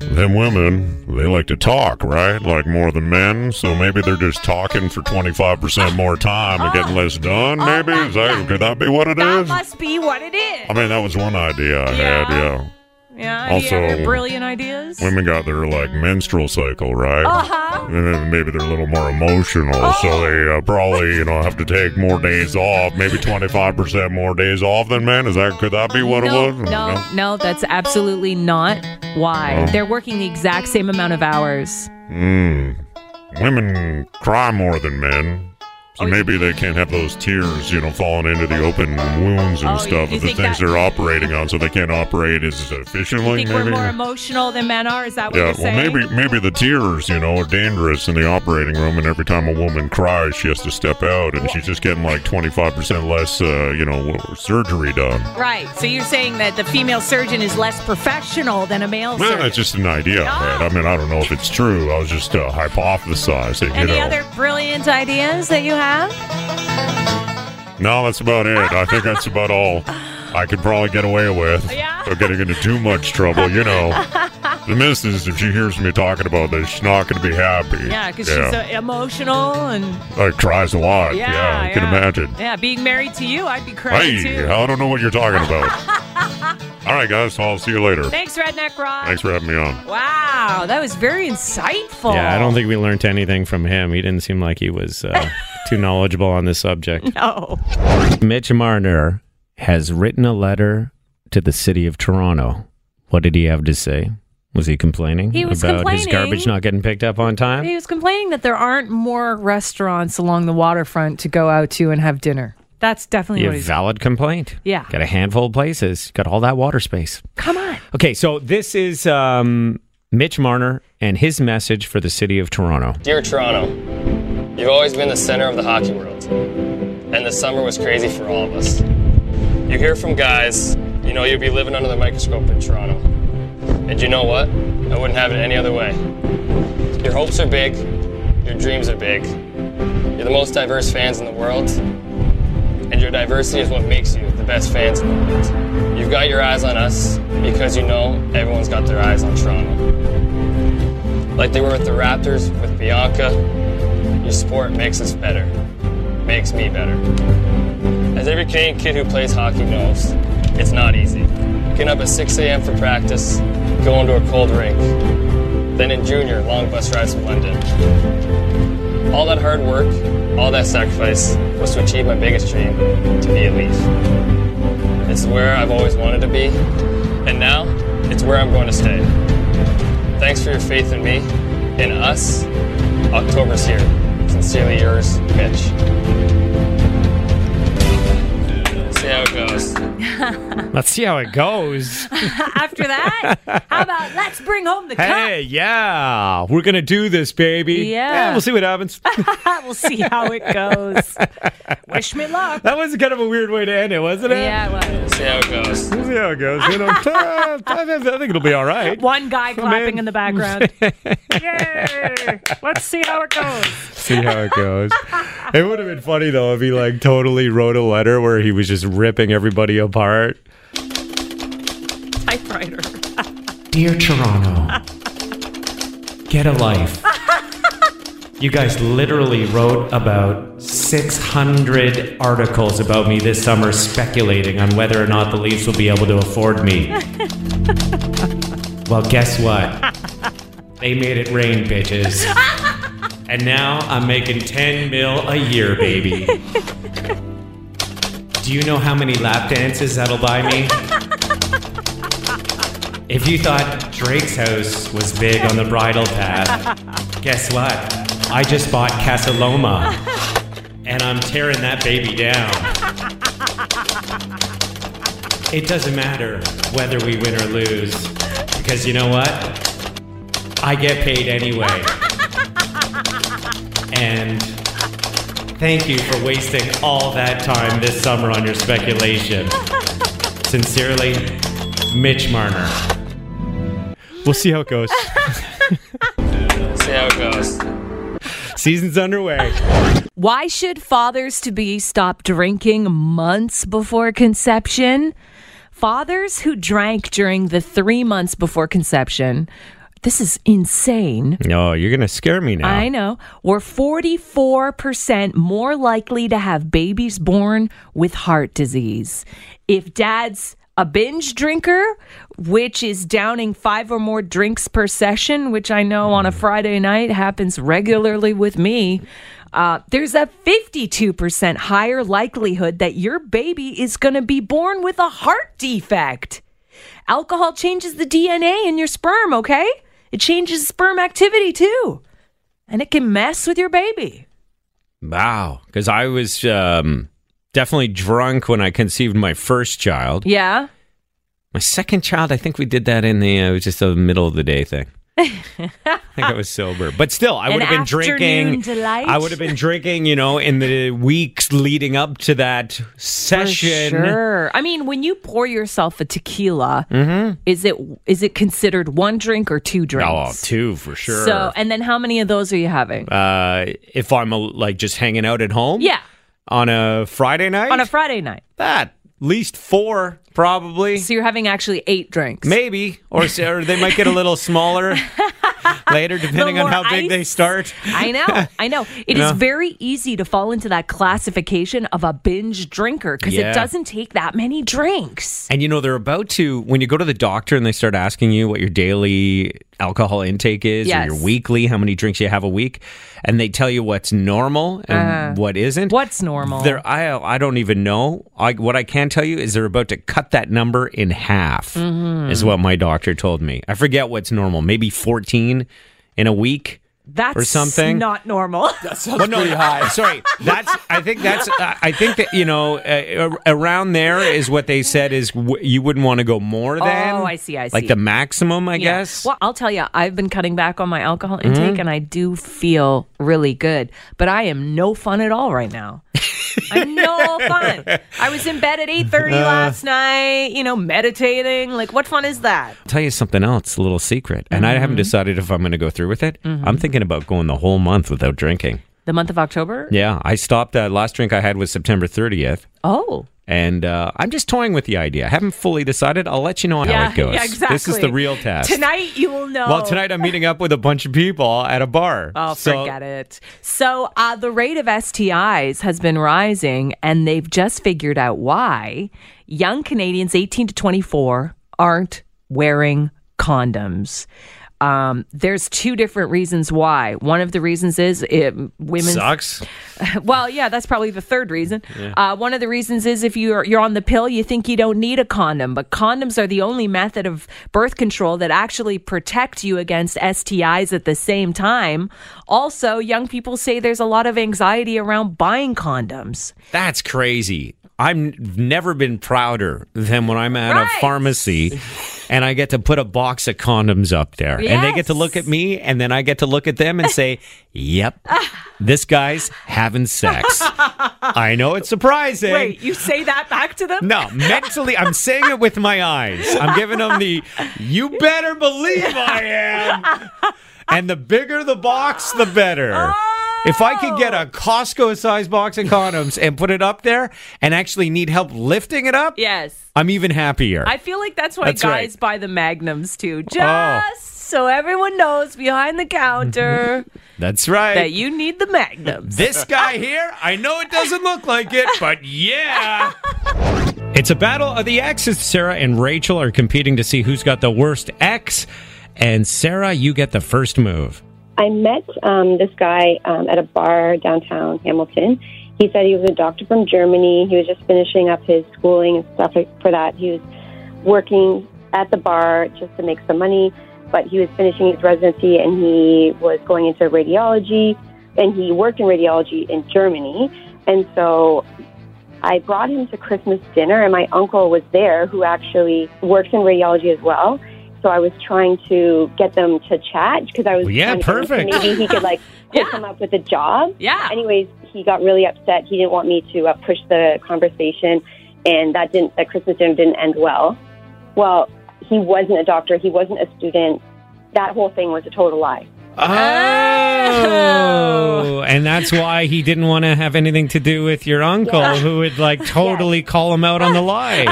them women, they like to talk, right? Like more than men. So maybe they're just talking for 25% more time and getting less done. Maybe is that, could that be what it Oh, that is? must be what it is. I mean, that was one idea I had. Yeah. Yeah, Also- you have your brilliant ideas. women got their like menstrual cycle, right? Uh-huh. Oh. And then maybe they're a little more emotional, so they uh, probably you know have to take more days off, maybe twenty five percent more days off than men. Is that could that be what no, it was? No, no, that's absolutely not why. Oh. They're working the exact same amount of hours. Mm. Women cry more than men. So Oh, maybe they can't have those tears, you know, falling into the open wounds and stuff Oh, you of the think things that- they're operating on, so they can't operate as You efficiently. think maybe. we're more emotional than men are? Is that what Yeah, you're well, saying? maybe maybe the tears, you know, are dangerous in the operating room, and every time a woman cries, she has to step out, and she's just getting like twenty five percent less, uh, you know, w- surgery done. Right. So you're saying that the female surgeon is less professional than a male Man, surgeon. that's just an idea I had. I mean, I don't know if it's true. I was just uh, hypothesizing, you Any know. other brilliant ideas that you have? no, that's about it. I think that's about all I could probably get away with. Yeah. Without getting into too much trouble, you know. the missus, if she hears me talking about this, she's not going to be happy. Yeah, because she's uh, emotional and uh, cries a lot. Yeah, Yeah, I can yeah. imagine. yeah, being married to you, I'd be crying Hey, too. I don't know what you're talking about. All right, guys. I'll see you later. Thanks, Redneck Rod. Thanks for having me on. Wow, that was very insightful. Yeah, I don't think we learned anything from him. He didn't seem like he was uh, too knowledgeable on this subject. No. Mitch Marner has written a letter to the city of Toronto. What did he have to say? Was he complaining He was about his complaining. garbage not getting picked up on time? He was complaining that there aren't more restaurants along the waterfront to go out to and have dinner. That's definitely You what have he's. valid complaint. Yeah. Got a handful of places. Got all that water space. Come on. Okay, so this is um, Mitch Marner and his message for the city of Toronto. Dear Toronto, you've always been the center of the hockey world, and the summer was crazy for all of us. You hear from guys, you know you'll be living under the microscope in Toronto. And you know what? I wouldn't have it any other way. Your hopes are big, your dreams are big. You're the most diverse fans in the world, and your diversity is what makes you the best fans in the world. You've got your eyes on us because you know everyone's got their eyes on Toronto like they were with the Raptors, with Bianca. Your sport makes us better, makes me better. As every Canadian kid who plays hockey knows, it's not easy. Getting up at 6 a.m. for practice, going to a cold rink, then in junior, long bus rides to London. All that hard work, all that sacrifice was to achieve my biggest dream to be elite. It's where I've always wanted to be, and now it's where I'm going to stay. Thanks for your faith in me, in us. October's here. Sincerely yours, Mitch. See how it goes. Let's see how it goes. After that, how about let's bring home the Hey, yeah, we're gonna do this, baby. Yeah. we'll see what happens. cup? we'll see how it goes. Wish me luck. That was kind of a weird way to end it, wasn't it? Yeah, it was. See how it goes. We'll see how it goes. You know, I think it'll be all right. One guy clapping in in the background. Yay! Let's see how it goes. See how it goes. it would have been funny though if he like totally wrote a letter where he was just ripping everybody apart. Typewriter. Dear Toronto, get a life. You guys literally wrote about 600 articles about me this summer, speculating on whether or not the Leafs will be able to afford me. Well, guess what? They made it rain, bitches. And now I'm making 10 mil a year, baby. Do you know how many lap dances that'll buy me? If you thought Drake's house was big on the bridal path, guess what? I just bought Casa Loma, and I'm tearing that baby down. It doesn't matter whether we win or lose, because you know what? I get paid anyway. And thank you for wasting all that time this summer on your speculation. Sincerely, Mitch Marner. We'll see how it goes. See how it goes. Season's underway. Why should fathers to be stop drinking months before conception? Fathers who drank during the three months before conception, this is insane. No, you're going to scare me now. I know, were 44% more likely to have babies born with heart disease. If dad's a binge drinker, which is downing five or more drinks per session, which I know Mm. on a Friday night happens regularly with me. Uh, there's a 52% higher likelihood that your baby is going to be born with a heart defect. Alcohol changes the DNA in your sperm, okay? It changes sperm activity too. And it can mess with your baby. Wow. Because I was um, definitely drunk when I conceived my first child. Yeah. My second child, I think we did that in the, uh, it was just a middle of the day thing. I think I was sober, but still, I An would have been afternoon drinking. delight. I would have been drinking, you know, in the weeks leading up to that session. Sure. I mean, when you pour yourself a tequila, Mhm. is it is it considered one drink or two drinks? Oh, two for sure. So, and then how many of those are you having? uh, if I'm uh, like just hanging out at home, Yeah. on a Friday night, On a Friday night. that least four, probably. So you're having actually eight drinks. Maybe, or, s- or they might get a little smaller later, depending on more how big ice. they start. I know, I know. It is Yeah. very easy to fall into that classification of a binge drinker because Yeah. it doesn't take that many drinks. And you know, they're about to, when you go to the doctor and they start asking you what your daily alcohol intake is Yes. or your weekly, how many drinks you have a week, and they tell you what's normal and Uh, what isn't. What's normal? They're, I, I don't even know. I, what I can tell you is they're about to cut that number in half, Mhm. is what my doctor told me. I forget what's normal, maybe 14 in a week That's or something. not normal. That sounds Well, no, Sorry, that's. I think that's. I I think that you know, uh, ar- around there is what they said is w- you wouldn't want to go more than. Oh, I see, I Like see. the maximum, I Yeah. guess. Well, I'll tell you, I've been cutting back on my alcohol intake Mhm. and I do feel really good, but I am no fun at all right now. I'm no fun. I was in bed at 8:30 Uh. last night, you know, meditating. Like what fun is that? I'll tell you something else, a little secret, and I Mm-hmm. haven't decided if I'm going to go through with it. Mhm. I'm thinking about going the whole month without drinking. The month of October? Yeah, I stopped. Uh, last drink I had was September 30th, Oh. and uh, I'm just toying with the idea. I haven't fully decided. I'll let you know how yeah, it goes. yeah, exactly. This is the real test. Tonight you will know. Well, tonight I'm meeting up with a bunch of people at a bar. Oh, So- forget it. So uh, the rate of STIs has been rising, and they've just figured out why young Canadians 18 to 24 aren't wearing condoms. Um, there's two different reasons why. One of the reasons is it, women Sucks. well, yeah, that's probably the third reason. Yeah. Uh, one of the reasons is if you're you're on the pill, you think you don't need a condom, but condoms are the only method of birth control that actually protect you against STIs at the same time. Also, young people say there's a lot of anxiety around buying condoms. That's crazy. I've never been prouder than when I'm at a pharmacy and I get to put a box of condoms up there. And they get to look at me and then I get to look at them and say, Yep, this guy's having sex. I know it's surprising. Wait, you say that back to them? No, mentally, I'm saying it with my eyes. I'm giving them the, you better believe I am. And the bigger the box, the better. Oh. If I could get a Costco sized box of condoms and put it up there and actually need help lifting it up, Yes. I'm even happier. I feel like that's why That's right. guys buy the magnums too, just Oh. so everyone knows behind the counter That's right. that you need the magnums. This guy here, I know it doesn't look like it, but yeah. It's a battle of the exes. Sarah and Rachel are competing to see who's got the worst ex. And Sarah, you get the first move. I met um, this guy um, at a bar downtown Hamilton. He said he was a doctor from Germany. He was just finishing up his schooling and stuff like- for that. He was working at the bar just to make some money, but he was finishing his residency and he was going into radiology. And he worked in radiology in Germany. And so I brought him to Christmas dinner, and my uncle was there who actually works in radiology as well. So I was trying to get them to chat because I was Well, yeah, trying to convince him perfect. Maybe he could like hook him up with a job. Yeah. Anyways, he got really upset. He didn't want me to uh, push the conversation, and that didn't that Christmas dinner didn't end well. Well, he wasn't a doctor. He wasn't a student. That whole thing was a total lie. Oh. And that's why he didn't want to have anything to do with your uncle, who would like totally call him out on the lie.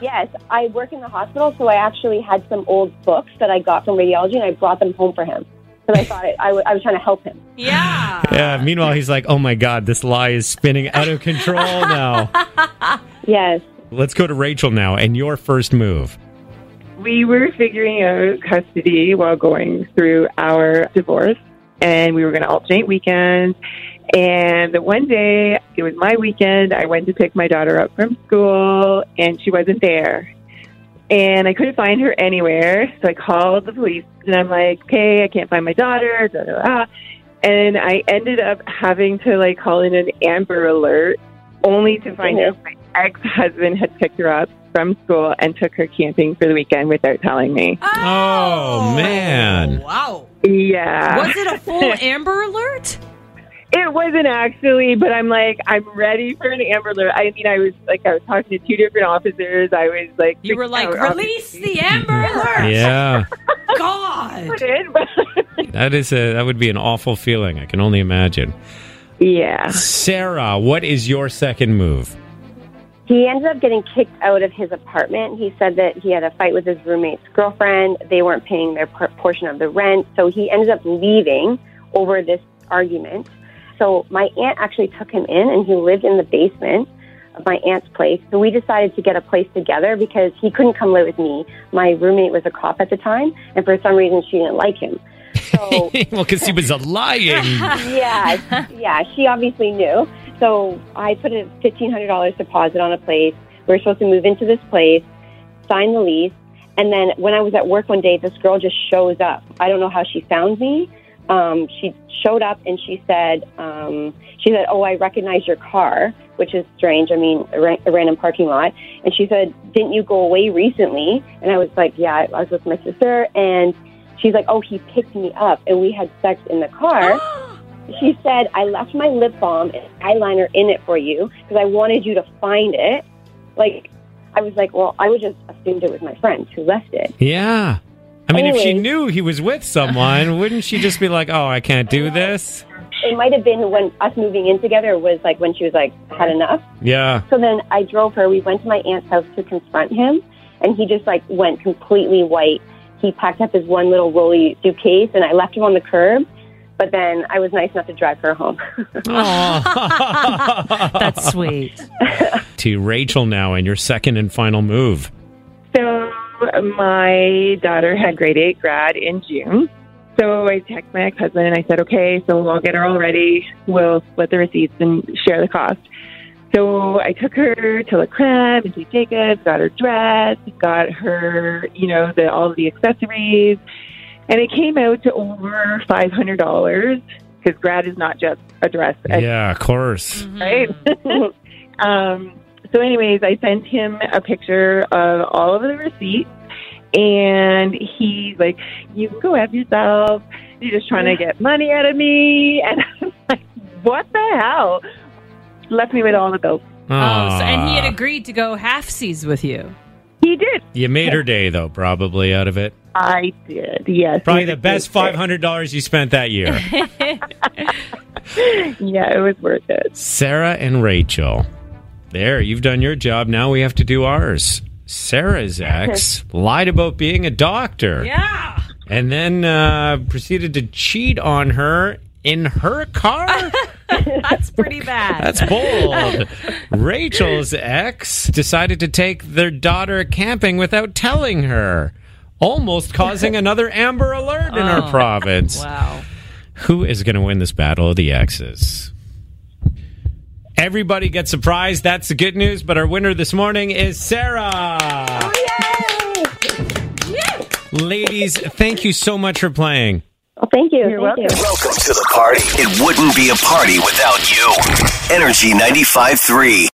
Yes, I work in the hospital, so I actually had some old books that I got from radiology, and I brought them home for him because I thought it, I, w- I was trying to help him. Yeah. Meanwhile, he's like, oh my God, this lie is spinning out of control now. Yes. Let's go to Rachel now and your first move. We were figuring out custody while going through our divorce, and we were going to alternate weekends. And one day, it was my weekend. I went to pick my daughter up from school, and she wasn't there. And I couldn't find her anywhere, so I called the police, and I'm like, "Okay, I can't find my daughter." Da, da, da. And I ended up having to like call in an Amber Alert, only to find out ex-husband had picked her up from school and took her camping for the weekend without telling me. Oh, man. Wow. Yeah. Was it a full Amber Alert? It wasn't actually, but I'm like, I'm ready for an Amber Alert. I mean, I was like, I was talking to two different officers. I was like, You were like, release the Amber Alert. Yeah. God. That is a that would be an awful feeling. I can only imagine. Yeah. Sarah, what is your second move? He ended up getting kicked out of his apartment. He said that he had a fight with his roommate's girlfriend. They weren't paying their por- portion of the rent. So he ended up leaving over this argument. So my aunt actually took him in and he lived in the basement of my aunt's place. So we decided to get a place together because he couldn't come live with me. My roommate was a cop at the time and for some reason she didn't like him. well, Oh. because he was a lying. yeah, yeah. She obviously knew. So I put a fifteen hundred dollars deposit on a place. We were supposed to move into this place, sign the lease, and then when I was at work one day, this girl just shows up. I don't know how she found me. Um, she showed up and she said, um, she said, "Oh, I recognize your car," which is strange. I mean, a, ra- a random parking lot. And she said, "Didn't you go away recently?" And I was like, "Yeah, I I was with my sister." And she's like, "Oh, he picked me up and we had sex in the car." she said, "I left my lip balm and eyeliner in it for you because I wanted you to find it." Like, I was like, "Well, I would just assumed it was my friend who left it." Yeah. I mean, if she Anyways. knew he was with someone, wouldn't she just be like, "Oh, I can't do this"? It might have been when us moving in together was like when she was like had enough. Yeah. So then I drove her. We went to my aunt's house to confront him, and he just like went completely white. He packed up his one little rolly suitcase, and I left him on the curb. But then I was nice enough to drive her home. That's sweet. to Rachel now and your second and final move. So my daughter had grade eight grad in June. So I texted my ex-husband and I said, okay, so we'll get her all ready. We'll split the receipts and share the cost. So I took her to La Creme and to Jacobs, got her dress, got her, you know, the, all the accessories. And it came out to over $500 because grad is not just a dress Yeah, of course. right? um, so, anyways, I sent him a picture of all of the receipts, and he's like, "You can go F yourself. You're just trying to get money out of me." And I'm like, "What the hell?" Left me with all the bills. Oh, so, and he had Ah. agreed to go halfsies with you. He did. You made her day though, probably out of it. I did. Yes. Probably the best five hundred dollars you spent that year. yeah, it was worth it. Sarah and Rachel. There, you've done your job. Now we have to do ours. Sarah's ex lied about being a doctor. Yeah. And then uh, proceeded to cheat on her in her car. That's pretty bad. That's bold. Rachel's ex decided to take their daughter camping without telling her, almost causing another Amber Alert in our Oh, province. Wow. Who is going to win this battle of the exes? Everybody gets a prize. That's the good news. But our winner this morning is Sarah. Ladies, thank you so much for playing. Well, thank you. thank you. Welcome to the party. It wouldn't be a party without you. Energy 95.3.